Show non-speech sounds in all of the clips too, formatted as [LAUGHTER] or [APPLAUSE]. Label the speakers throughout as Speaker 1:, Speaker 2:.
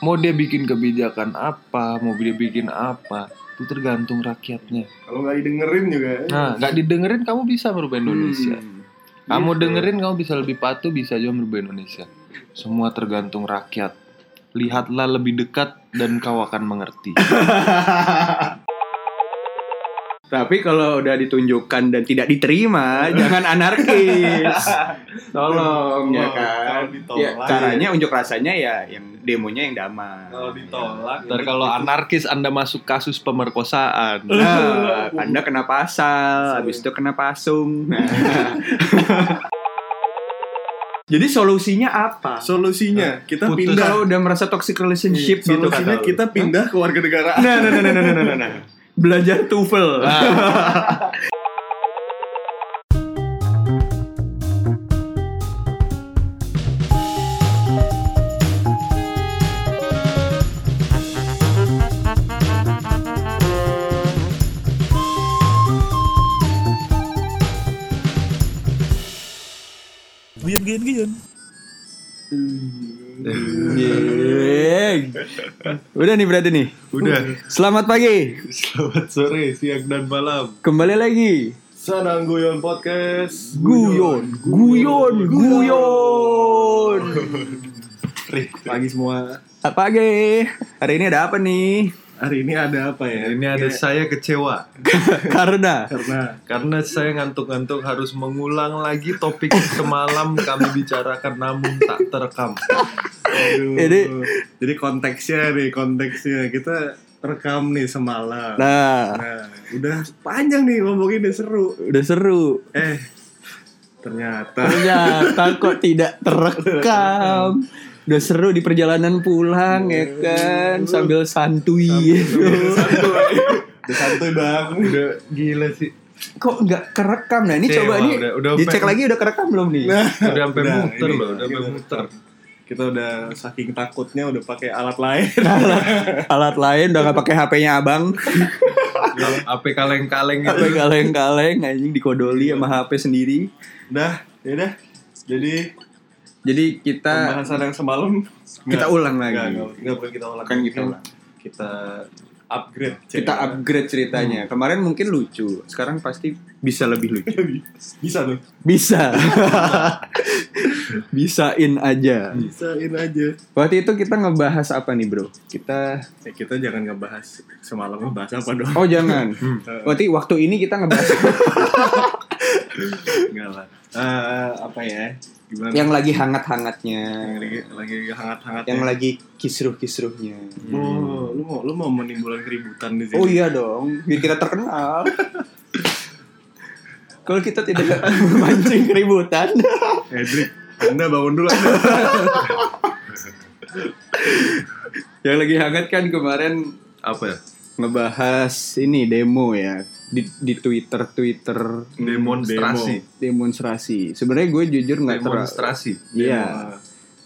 Speaker 1: mau dia bikin kebijakan apa mau dia bikin apa itu tergantung rakyatnya
Speaker 2: Kalau nggak didengerin juga. ya.
Speaker 1: nah nggak didengerin kamu bisa merubah Indonesia
Speaker 2: Hmm.
Speaker 1: kamu
Speaker 2: Gitu.
Speaker 1: dengerin kamu bisa lebih patuh bisa juga merubah Indonesia semua tergantung rakyat lihatlah lebih dekat dan kau akan mengerti
Speaker 3: Tapi kalau udah ditunjukkan dan tidak diterima, jangan anarkis. [LAUGHS] Tolong ya
Speaker 2: Tolong,
Speaker 3: kan.
Speaker 2: kalau ditolak.
Speaker 3: Ya, caranya unjuk rasanya ya yang demonya yang damai.
Speaker 2: Kalau ditolak.
Speaker 1: Ntar kalau anarkis Anda masuk kasus pemerkosaan.
Speaker 3: Nah, Anda kena pasal, habis itu kena pasung. [LAUGHS] Nah. Jadi solusinya apa?
Speaker 2: Solusinya kita
Speaker 1: Putus.
Speaker 2: pindah.
Speaker 3: Kalau udah merasa toxic relationship Nah, gitu
Speaker 2: Iya, Solusinya
Speaker 3: kata lu.
Speaker 2: kita pindah ke warga negara.
Speaker 3: Nah, nah, nah, nah, nah, nah, nah, nah. Belajar tuvel. Anjing. Udah nih berarti nih.
Speaker 2: Udah.
Speaker 3: Selamat pagi.
Speaker 2: [LAUGHS] Selamat sore, siang dan malam.
Speaker 3: Kembali lagi.
Speaker 2: Sanang Guyon Podcast.
Speaker 3: Guyon, guyon, guyon.
Speaker 2: Pagi semua.
Speaker 3: Pagi. Hari ini ada apa nih?
Speaker 2: Hari ini ada apa ya?
Speaker 1: Ini
Speaker 3: Iya.
Speaker 1: ada
Speaker 2: Kayak-
Speaker 1: saya kecewa
Speaker 3: Karena
Speaker 2: karena
Speaker 3: [LAUGHS]
Speaker 1: karena saya ngantuk-ngantuk harus mengulang lagi topik semalam kami bicarakan namun tak terekam.
Speaker 2: aduh.
Speaker 3: Ini-
Speaker 2: jadi konteksnya nih konteksnya kita rekam nih semalam. Nah,
Speaker 3: nah
Speaker 2: udah panjang nih ngomongin udah seru.
Speaker 3: udah seru.
Speaker 2: Eh ternyata
Speaker 3: Ternyata kok tidak terekam. Udah seru di perjalanan pulang ya kan sambil santuy.
Speaker 2: udah santuy bang.
Speaker 1: Udah gila sih.
Speaker 3: Kok nggak kerekam? Nah, ini
Speaker 1: Kecewa,
Speaker 3: coba nih
Speaker 1: udah- udah
Speaker 3: dicek
Speaker 1: pe-
Speaker 3: lagi udah Nah. kerekam belum nih?
Speaker 1: Udah sampai
Speaker 2: Udah,
Speaker 1: muter
Speaker 2: ini.
Speaker 1: loh, udah sampai muter.
Speaker 2: Kita udah saking takutnya udah pakai alat lain.
Speaker 3: Alat lain udah nggak pakai HP-nya Abang.
Speaker 1: Kal- HP kaleng-kaleng gitu.
Speaker 3: Apa kaleng-kaleng anjing dikodoli sama HP sendiri.
Speaker 2: Dah, ya dah. Jadi
Speaker 3: Jadi kita
Speaker 2: pembahasan yang semalam
Speaker 3: kita ulang lagi.
Speaker 2: Enggak, enggak, enggak bukan kita ulang.
Speaker 3: Bukan kita
Speaker 2: Kan
Speaker 3: ulang.
Speaker 2: Kita upgrade.
Speaker 3: kita upgrade ceritanya. Kemarin mungkin lucu, sekarang pasti Hmm. bisa lebih lucu.
Speaker 2: upgrade. [LAUGHS] Bisa tuh.
Speaker 3: Bisa. [LAUGHS] Bisain aja.
Speaker 2: Bisain aja.
Speaker 3: Waktu itu kita ngebahas apa nih, Bro? Kita
Speaker 2: Ya, kita jangan ngebahas semalam ngebahas apa dong.
Speaker 3: Oh, [LAUGHS] jangan. Waktu waktu ini kita [LAUGHS] ngebahas
Speaker 2: Enggak lah. Eh, apa ya? Gimana?
Speaker 3: yang lagi hangat-hangatnya,
Speaker 2: Yang lagi, lagi hangat-hangat.
Speaker 3: yang lagi kisruh-kisruhnya.
Speaker 2: Oh, lu mau lu mau menimbulkan keributan di sini.
Speaker 3: Oh iya dong, biar kita [LAUGHS] terkenal. Kalau kita tidak [LAUGHS] mancing keributan.
Speaker 2: Edric, Anda bangun dulu. Anda.
Speaker 3: [LAUGHS] yang lagi hangat kan kemarin
Speaker 1: Apa ya?
Speaker 3: ngebahas ini demo ya di, di Twitter Twitter
Speaker 1: Demonstrasi.
Speaker 3: demonstrasi. Sebenarnya gue jujur nggak terlalu
Speaker 1: Demonstrasi.
Speaker 3: Iya.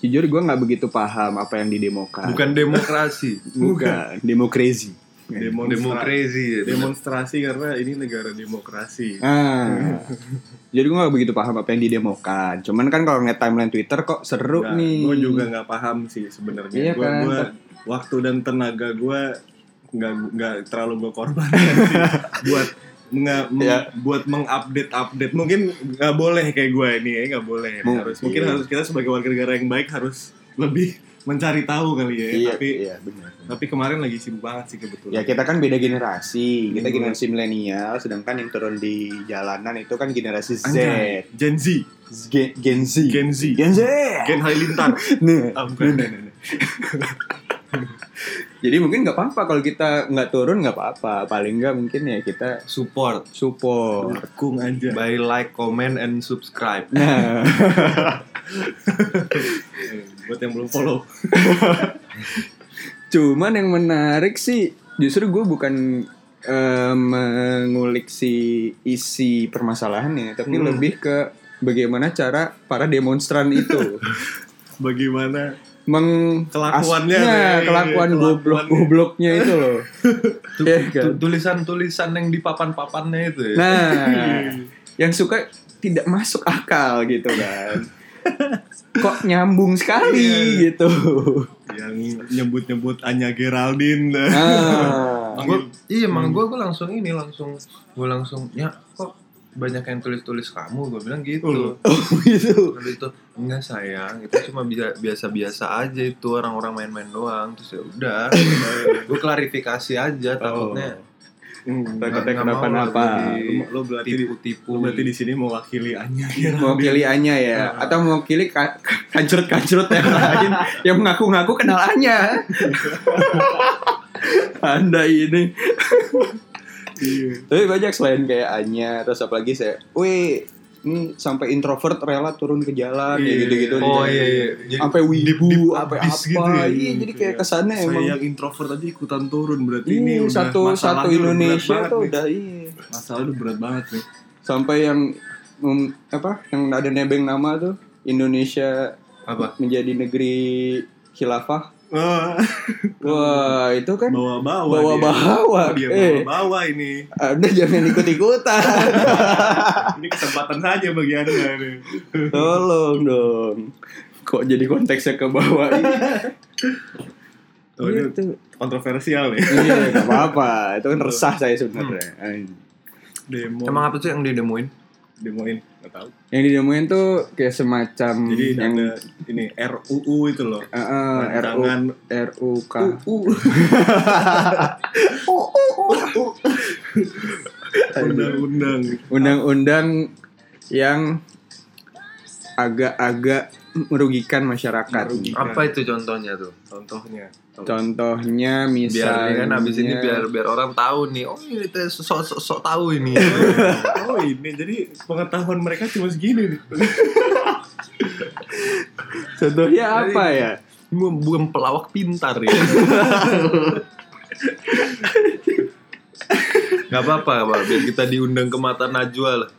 Speaker 3: Jujur gue nggak begitu paham apa yang didemokan.
Speaker 1: Bukan demokrasi.
Speaker 3: Bukan. Demokrasi.
Speaker 2: Demo demonstrasi.
Speaker 1: Demokrasi.
Speaker 2: Demonstrasi karena ini negara demokrasi.
Speaker 3: Ah. Jadi gue gak begitu paham apa yang didemokan. Cuman kan kalau ngeliat timeline Twitter kok seru
Speaker 2: Nah,
Speaker 3: nih.
Speaker 2: Gue juga nggak paham sih sebenarnya.
Speaker 3: Iya
Speaker 2: Gua-
Speaker 3: kan?
Speaker 2: gua- waktu dan tenaga gue nggak nggak terlalu gue korbankan
Speaker 3: [LAUGHS]
Speaker 2: sih buat nggak meng-
Speaker 3: Iya.
Speaker 2: buat mengupdate update mungkin nggak boleh kayak gue ini ya nggak boleh
Speaker 3: Mungkin.
Speaker 2: harus mungkin harus kita sebagai warga negara yang baik harus lebih mencari tahu kali ya
Speaker 3: Iya,
Speaker 2: tapi
Speaker 3: iya benar.
Speaker 2: tapi kemarin lagi sibuk banget sih kebetulan
Speaker 3: Ya kita kan beda generasi. Kita
Speaker 2: Iya.
Speaker 3: generasi milenial, sedangkan yang turun di jalanan itu kan generasi Z,
Speaker 2: Anjay, Gen Z
Speaker 3: Gen, Gen Z,
Speaker 2: Gen Z
Speaker 3: Gen Z.
Speaker 2: Gen
Speaker 3: [LAUGHS]
Speaker 2: Halilintar
Speaker 3: Nah,
Speaker 2: ah, bukan.
Speaker 3: Jadi mungkin nggak apa-apa kalau kita nggak turun nggak apa-apa. Paling nggak mungkin ya kita
Speaker 1: Support
Speaker 3: support.
Speaker 2: Dukung aja
Speaker 1: by like, comment, and subscribe.
Speaker 3: Nah,
Speaker 2: Eh, buat yang belum follow
Speaker 3: cuman yang menarik sih justru gue bukan eh, mengulik si isi permasalahannya, tapi
Speaker 2: Hmm.
Speaker 3: lebih ke bagaimana cara para demonstran itu
Speaker 2: bagaimana
Speaker 3: meng
Speaker 2: [LAUGHS] Kelakuannya
Speaker 3: as-
Speaker 2: tuh ya,
Speaker 3: nah,
Speaker 2: iya,
Speaker 3: kelakuan
Speaker 2: iya,
Speaker 3: goblok
Speaker 2: kelakuannya.
Speaker 3: gobloknya itu
Speaker 2: [LAUGHS]
Speaker 3: loh.
Speaker 1: Tu-
Speaker 3: Iya kan?
Speaker 1: tu- Tulisan-tulisan yang di papan-papannya itu ya.
Speaker 2: Iya,
Speaker 3: Nah, yang suka tidak masuk akal gitu kan. Kok nyambung sekali
Speaker 2: [LAUGHS] Iya.
Speaker 3: gitu.
Speaker 2: yang nyebut-nyebut Anya Geraldine.
Speaker 3: Ah.
Speaker 1: Gua- iya emang gue gue langsung ini langsung gue langsung ya kok banyak yang tulis-tulis kamu gue bilang [LAUGHS] gitu
Speaker 3: Oh gitu.
Speaker 1: Lalu itu enggak sayang itu cuma bisa biasa-biasa aja itu orang-orang main-main doang terus ya [LAUGHS] udah gue klarifikasi aja Oh. takutnya
Speaker 2: Hmm,
Speaker 1: Nggak-
Speaker 3: Takutnya
Speaker 1: nggak mau
Speaker 3: kenapa-napa.
Speaker 1: lah jadi
Speaker 2: Lu, lu berarti di, lu
Speaker 1: tipu-tipu
Speaker 2: berarti di sini mewakili Anya Geraldine.
Speaker 3: Mewakili Anya ya atau mewakili ka- kancrut-kancrut yang lain yang mengaku-ngaku kenal Anya.
Speaker 2: [LAUGHS]
Speaker 3: Anda ini.
Speaker 2: Iya.
Speaker 3: Tapi banyak selain kayak Anya terus apalagi saya, wih ini sampai introvert rela turun ke jalan ya
Speaker 2: Iya.
Speaker 3: gitu-gitu.
Speaker 1: oh iya iya jadi
Speaker 3: Sampai wibu, apa apa.
Speaker 2: abis gitu ya.
Speaker 3: Iya, jadi kayak kesannya
Speaker 2: Saya
Speaker 3: emang
Speaker 2: yang introvert aja ikutan turun berarti ini
Speaker 3: ini
Speaker 2: udah
Speaker 3: satu satu
Speaker 2: masalahnya udah berat
Speaker 3: Indonesia
Speaker 2: banget
Speaker 3: tuh
Speaker 2: nih.
Speaker 3: udah iya.
Speaker 2: masalah udah berat banget nih.
Speaker 3: Sampai yang mem- apa yang ada nebeng nama tuh Indonesia
Speaker 1: apa
Speaker 3: menjadi negeri khilafah.
Speaker 2: Wah,
Speaker 3: Wah, itu kan
Speaker 2: Ah. Bawa-bawa.
Speaker 3: Bawa-bawa.
Speaker 2: Dia, dia
Speaker 3: Eh.
Speaker 2: bawa-bawa ini.
Speaker 3: Anda jangan ikut-ikutan.
Speaker 2: Ini kesempatan saja bagi Anda nih.
Speaker 3: Tolong dong. Kok jadi konteksnya ke bawah ini?
Speaker 1: Iya,
Speaker 2: Tuh, ini
Speaker 3: Gitu.
Speaker 2: kontroversial ya.
Speaker 3: [LAUGHS]
Speaker 2: nih.
Speaker 3: Iya, gak apa-apa. Itu kan resah saya sebenarnya.
Speaker 1: Hmm.
Speaker 2: Demo.
Speaker 1: emang apa sih yang didemuin
Speaker 2: Demoin. Nggak tahu.
Speaker 3: Yang didemuin tuh kayak semacam
Speaker 2: Jadi
Speaker 3: Hmm, yang
Speaker 2: ada ini RUU itu loh.
Speaker 3: eh, eh, RU
Speaker 2: Rancangan
Speaker 3: RUK.
Speaker 2: [LAUGHS] undang-undang.
Speaker 3: Undang-undang yang agak-agak merugikan masyarakat.
Speaker 2: Merugikan.
Speaker 1: apa itu contohnya tuh
Speaker 2: Contohnya.
Speaker 1: biar
Speaker 3: Contohnya misalnya
Speaker 1: ini kan abis ini biar biar orang tahu nih oh ini teh sok sok sok tahu [LAUGHS] ini
Speaker 2: Oh ini jadi pengetahuan mereka cuma segini nih.
Speaker 3: Contohnya
Speaker 1: Nah,
Speaker 3: apa ya?
Speaker 1: bukan pelawak pintar ya nggak apa-apa nggak apa-apa. biar kita diundang ke mata Najwa lah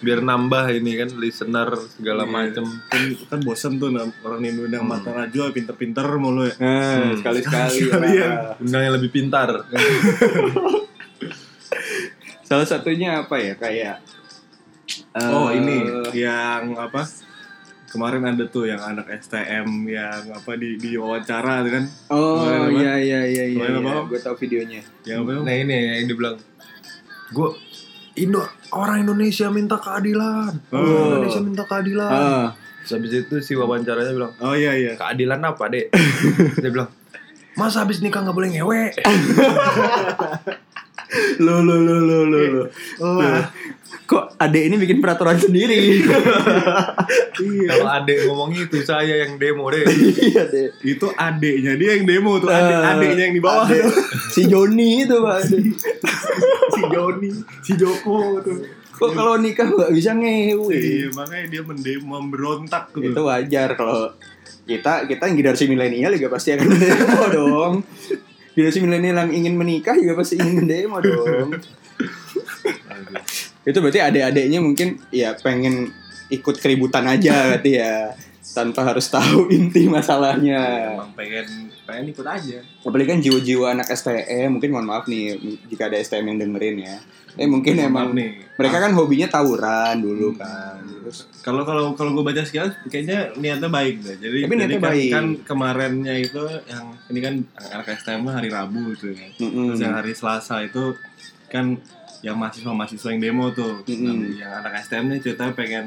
Speaker 1: biar nambah ini kan listener segala
Speaker 2: Iya.
Speaker 1: macem
Speaker 2: Kan, kan bosan tuh nah, orang yang undang mata najwa pinter-pinter mulu ya.
Speaker 3: Nah,
Speaker 1: Hmm.
Speaker 3: sekali-sekali. ah.
Speaker 2: Sekalian.
Speaker 3: lah.
Speaker 1: undang yang lebih pintar
Speaker 2: Iya.
Speaker 3: Salah satunya apa ya? Kayak
Speaker 2: Oh
Speaker 3: eh,
Speaker 2: ini yang apa? Kemarin ada tuh yang anak STM yang apa di di wawancara kan?
Speaker 3: Oh
Speaker 2: Kemarin apa?
Speaker 3: iya iya iya iya.
Speaker 2: Kemarin apa?
Speaker 3: iya. Gue tau videonya.
Speaker 2: Yang apa?
Speaker 1: nah ini yang dibilang gue Indo orang Indonesia minta keadilan orang
Speaker 2: Oh.
Speaker 1: Indonesia minta keadilan
Speaker 3: Ah,
Speaker 1: Terus habis itu si wawancaranya bilang
Speaker 2: Oh iya iya.
Speaker 1: keadilan apa dek dia bilang Mas habis nikah nggak boleh ngewe.
Speaker 3: lo lo lo lo lo lo.
Speaker 2: Lah,
Speaker 3: Kok adek ini bikin peraturan sendiri?
Speaker 2: iya.
Speaker 1: Kalau adek ngomong itu saya yang demo deh.
Speaker 3: [LAUGHS] iya deh.
Speaker 2: Itu adeknya dia yang demo tuh, adek
Speaker 3: Eh,
Speaker 2: adeknya yang di bawah
Speaker 3: adek.
Speaker 2: tuh.
Speaker 3: Si Joni itu
Speaker 2: [LAUGHS]
Speaker 3: pak.
Speaker 2: si Joni, si Joko tuh.
Speaker 3: Kok kalau nikah nggak bisa ngewe?
Speaker 2: Iya, makanya dia mendemo memberontak tuh.
Speaker 3: itu wajar kalau kita kita yang generasi milenial juga pasti akan [LAUGHS] mendemo dong. Generasi milenial yang ingin menikah juga pasti ingin mendemo dong. itu berarti adik-adiknya mungkin ya pengen ikut keributan
Speaker 2: [LAUGHS]
Speaker 3: aja berarti ya tanpa harus tahu [LAUGHS] inti masalahnya
Speaker 2: Emang pengen pengen ikut aja.
Speaker 3: apalagi kan jiwa-jiwa anak STM mungkin mohon maaf nih jika ada STM yang dengerin ya eh mungkin emang
Speaker 2: Hmm, Maaf nih. Ah. Hmm.
Speaker 3: mereka kan hobinya tawuran dulu kan terus
Speaker 2: Kalau kalau kalau gue baca sekilas kayaknya niatnya baik deh. Jadi,
Speaker 3: Tapi niatnya
Speaker 2: jadi kan,
Speaker 3: baik.
Speaker 2: kan kemarinnya itu yang ini kan anak STM lah hari Rabu itu ya.
Speaker 3: mm-mm.
Speaker 2: Terus yang hari Selasa itu kan yang mahasiswa-mahasiswa yang demo tuh. Nah,
Speaker 3: Mm-mm.
Speaker 2: Yang anak STM nih ceritanya pengen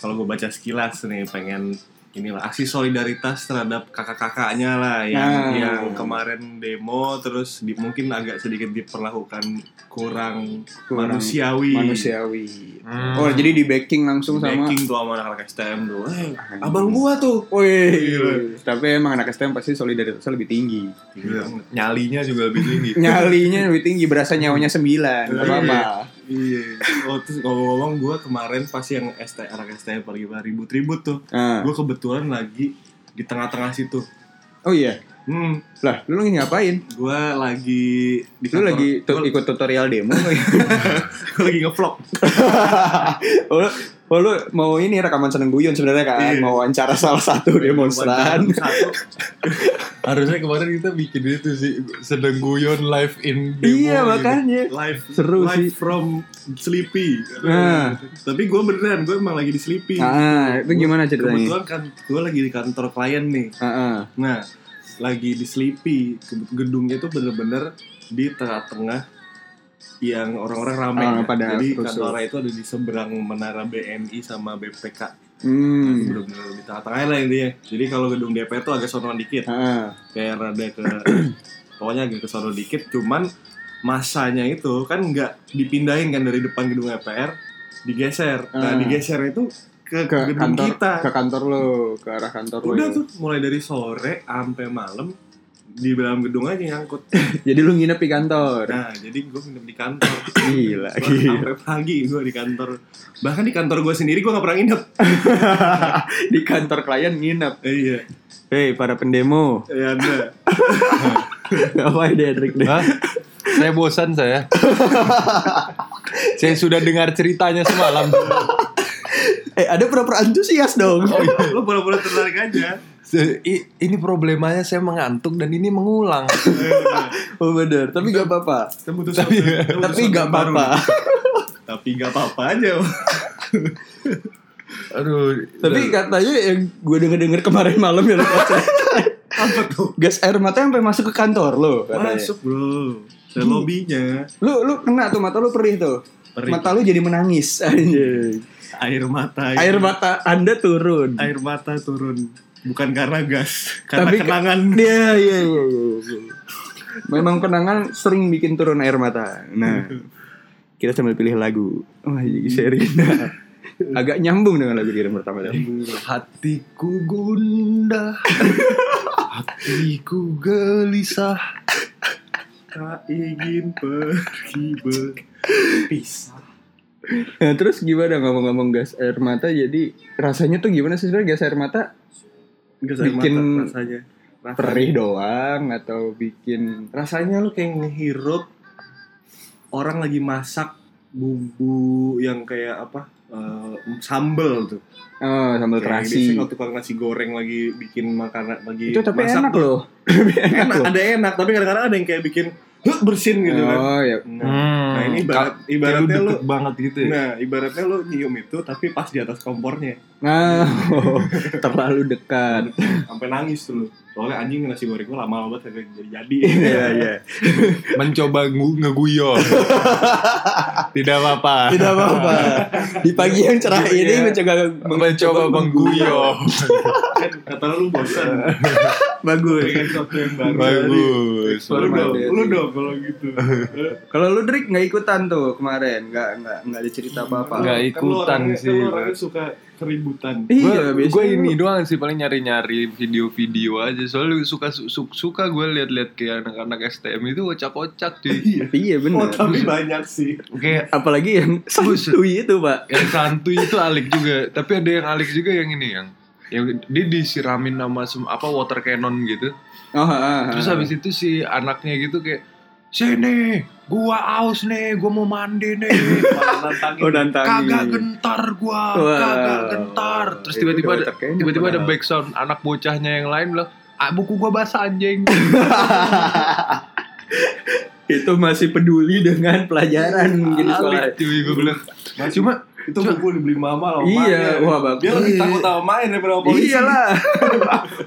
Speaker 2: kalau gue baca sekilas nih pengen inilah aksi solidaritas terhadap kakak-kakaknya lah yang
Speaker 3: Nah.
Speaker 2: yang kemarin demo terus di- mungkin agak sedikit diperlakukan kurang,
Speaker 3: Kurang
Speaker 2: manusiawi.
Speaker 3: manusiawi
Speaker 1: Hmm.
Speaker 3: oh jadi di backing langsung sama
Speaker 2: Backing tuh sama anak-anak STM tuh. Eh, abang gua tuh. Gila.
Speaker 3: Wih, tapi emang anak STM pasti solidaritasnya lebih tinggi. Iya.
Speaker 2: Gila.
Speaker 1: Nyalinya juga lebih tinggi.
Speaker 3: Nyalinya lebih tinggi, berasa nyawanya sembilan. Gak apa-apa.
Speaker 2: Iya. Oh, terus ngomong-ngomong gue kemarin pas yang ST, anak STM pergi ribut-ribut tuh.
Speaker 3: Ah.
Speaker 2: Gue kebetulan lagi di tengah-tengah situ.
Speaker 3: Oh iya,
Speaker 2: Hmm,
Speaker 3: lah lu lagi ngapain?
Speaker 2: gue lagi di
Speaker 3: Lu lagi tu-
Speaker 2: gua,
Speaker 3: ikut tutorial demo?
Speaker 2: [LAUGHS]
Speaker 3: ya?
Speaker 2: gua lagi ngevlog.
Speaker 3: oh, lu- oh, lu mau ini rekaman seneng guyon sebenarnya kan?
Speaker 2: Iya.
Speaker 3: Mau wawancara salah satu demonstran.
Speaker 2: Satu.
Speaker 1: Harusnya kemarin kita bikin itu sih sedang guyon live in demo.
Speaker 3: iya
Speaker 1: gitu.
Speaker 3: makanya.
Speaker 2: Live
Speaker 3: Seru
Speaker 2: live
Speaker 3: sih.
Speaker 2: from Sleepy.
Speaker 3: Nah.
Speaker 2: Tapi gue beneran, gue emang lagi di Sleepy.
Speaker 3: Ah, Nah, itu gimana ceritanya?
Speaker 2: Kebetulan kan gue lagi di kantor klien nih.
Speaker 3: Ah, ah.
Speaker 2: Nah, lagi di Sleepy Ke- gedungnya itu bener-bener di tengah-tengah yang orang-orang ramai
Speaker 3: Ah,
Speaker 2: ya.
Speaker 3: pada
Speaker 2: jadi
Speaker 3: rusuh.
Speaker 2: kantornya itu ada di seberang menara BNI sama BPK
Speaker 3: Hmm.
Speaker 2: bener-bener di tengah-tengah lah intinya jadi kalau gedung DP itu agak sonoan dikit
Speaker 3: Ah,
Speaker 2: kayak rada ke
Speaker 3: [CLEARS THROAT]
Speaker 2: pokoknya agak ke sono dikit cuman masanya itu kan nggak dipindahin kan dari depan gedung EPR digeser nah
Speaker 3: Ah.
Speaker 2: digeser itu ke,
Speaker 3: ke
Speaker 2: gedung
Speaker 3: kantor
Speaker 2: kita
Speaker 3: ke kantor lo, ke arah kantor lo.
Speaker 2: udah
Speaker 3: ya.
Speaker 2: tuh mulai dari sore sampai malam di dalam gedung aja nyangkut
Speaker 3: [LAUGHS] Jadi lu nginep di kantor.
Speaker 2: nah jadi gue nginep di kantor
Speaker 3: Gila, gila.
Speaker 2: sampai pagi gue di kantor bahkan di kantor gue sendiri gue nggak pernah
Speaker 3: [LAUGHS]
Speaker 2: nginep
Speaker 3: di kantor klien nginep.
Speaker 2: Eh, iya
Speaker 3: Hei, para pendemo. [LAUGHS]
Speaker 2: ya ada
Speaker 3: Ngapain deh, Hendrik deh?
Speaker 1: Hah? saya bosan saya. saya sudah dengar ceritanya semalam.
Speaker 3: Eh, ada pura-pura antusias dong.
Speaker 1: Oh, iya.
Speaker 2: lo pura-pura tertarik aja
Speaker 1: Se- i- Ini problemanya saya mengantuk dan ini mengulang.
Speaker 3: Oh, bener. Tapi gak apa-apa.
Speaker 2: Kita butuh sesuatu- kita butuh
Speaker 3: Tapi gak
Speaker 2: sesuatu baru
Speaker 3: apa-apa.
Speaker 2: nih. [LAUGHS] tapi nggak apa-apa [LAUGHS] aja
Speaker 1: Aduh.
Speaker 3: Tapi katanya yang gue denger-denger kemarin malam ya. lo
Speaker 1: [LAUGHS]
Speaker 3: kata.
Speaker 2: apa tuh
Speaker 3: Gas air mata sampai masuk ke kantor lo. katanya.
Speaker 2: Masuk bro Ke lobbynya
Speaker 3: Lu lu kena tuh mata lu perih tuh.
Speaker 2: Perih.
Speaker 3: Mata lu jadi
Speaker 1: Iya,
Speaker 3: menangis. Anjing.
Speaker 2: Air mata
Speaker 3: Air mata Anda turun.
Speaker 2: air mata turun Bukan karena gas Karena
Speaker 3: ke-
Speaker 2: kenangan
Speaker 3: Iya, iya, iya, iya, iya. Memang kenangan sering bikin turun air mata. Nah, kita sambil pilih lagu. Wah, jadi [LAUGHS] Serina. Agak nyambung dengan lagu diri pertama tadi.
Speaker 1: Hatiku gundah, hatiku gelisah.
Speaker 2: Tak ingin pergi berpisah
Speaker 3: Nah, terus gimana ngomong-ngomong gas air mata? Jadi rasanya tuh gimana sih sebenarnya gas air mata?
Speaker 2: Gas air
Speaker 3: Bikin-
Speaker 2: mata rasanya Rasanya-
Speaker 3: Perih doang atau bikin
Speaker 2: Rasanya lu kayak ngehirup Orang lagi masak Bumbu yang kayak apa eh, Sambel tuh
Speaker 3: oh, sambal
Speaker 2: Kayak
Speaker 3: terasi?
Speaker 2: biasanya kalau tukang nasi goreng lagi bikin makanan lagi
Speaker 3: Itu tapi
Speaker 2: masak
Speaker 3: enak
Speaker 2: tuh,
Speaker 3: loh. Lebih enak
Speaker 2: enak,
Speaker 3: loh.
Speaker 2: ada enak tapi kadang-kadang ada yang kayak bikin "Huh, bersin gitu kan
Speaker 3: Oh ya.
Speaker 1: Hmm.
Speaker 2: nah, nah ini ibarat,
Speaker 1: Kayak lu
Speaker 2: ibaratnya lu
Speaker 1: deket banget gitu ya.
Speaker 2: nah ibaratnya lu nyium itu tapi pas di atas kompornya
Speaker 3: Nah, [LAUGHS] terlalu dekat.
Speaker 2: sampai nangis tuh lu soalnya anjing nasi goreng gua lama banget kagak jadi jadi
Speaker 3: Iya, iya.
Speaker 1: Mencoba ngu- ngeguyon.
Speaker 3: [LAUGHS]
Speaker 1: Tidak apa-apa.
Speaker 3: Tidak apa-apa. Di pagi yang cerah
Speaker 1: Iya.
Speaker 3: ini mencoba
Speaker 1: Mencoba mengguyon.
Speaker 2: kan kata lu bosan
Speaker 3: Bagus.
Speaker 2: pengen sesuatu yang baru
Speaker 1: Bagus.
Speaker 2: lu dong
Speaker 3: Bagus.
Speaker 2: lu dong kalau gitu
Speaker 3: Kalau lu Drik nggak ikutan tuh kemarin, nggak nggak nggak ada cerita apa-apa.
Speaker 1: Nggak.
Speaker 2: Kan lu
Speaker 1: ikutan
Speaker 2: orangnya- kan
Speaker 1: sih.
Speaker 2: lu orangnya suka keributan
Speaker 3: Iya, biasanya
Speaker 1: gue ini
Speaker 3: lu-
Speaker 1: doang sih paling nyari-nyari video-video aja soalnya suka su- suka gue lihat-lihat kayak anak-anak STM itu kocak-kocak cuy
Speaker 3: [LAUGHS] Iya
Speaker 2: Oh,
Speaker 3: benar.
Speaker 2: tapi banyak sih.
Speaker 1: kayak
Speaker 3: Apalagi yang santuy itu pak.
Speaker 1: yang santuy itu alik juga tapi ada yang alik juga yang ini yang yang dia disiramin sama sem- apa water cannon gitu
Speaker 3: Oh, ah, ah.
Speaker 1: terus habis itu si anaknya gitu kayak sini gua aus nih gua mau mandi nih
Speaker 2: Malah nantangin.
Speaker 3: Oh nantangin.
Speaker 1: kagak gentar gua
Speaker 3: Wah.
Speaker 1: kagak gentar terus
Speaker 3: Itu
Speaker 1: tiba-tiba
Speaker 3: udah
Speaker 1: ada-
Speaker 3: terkena,
Speaker 1: tiba-tiba ada
Speaker 3: padahal.
Speaker 1: back sound anak bocahnya yang lain bilang ah buku gua basah anjing
Speaker 3: Itu masih peduli dengan pelajaran mungkin di sekolah.
Speaker 1: Alik, cuy gua bilang
Speaker 2: Masih-
Speaker 1: cuma
Speaker 2: itu buku dibeli mama loh.
Speaker 3: Iya, wah bagus.
Speaker 2: Dia lebih takut sama main daripada sama polisi.
Speaker 3: Iyalah.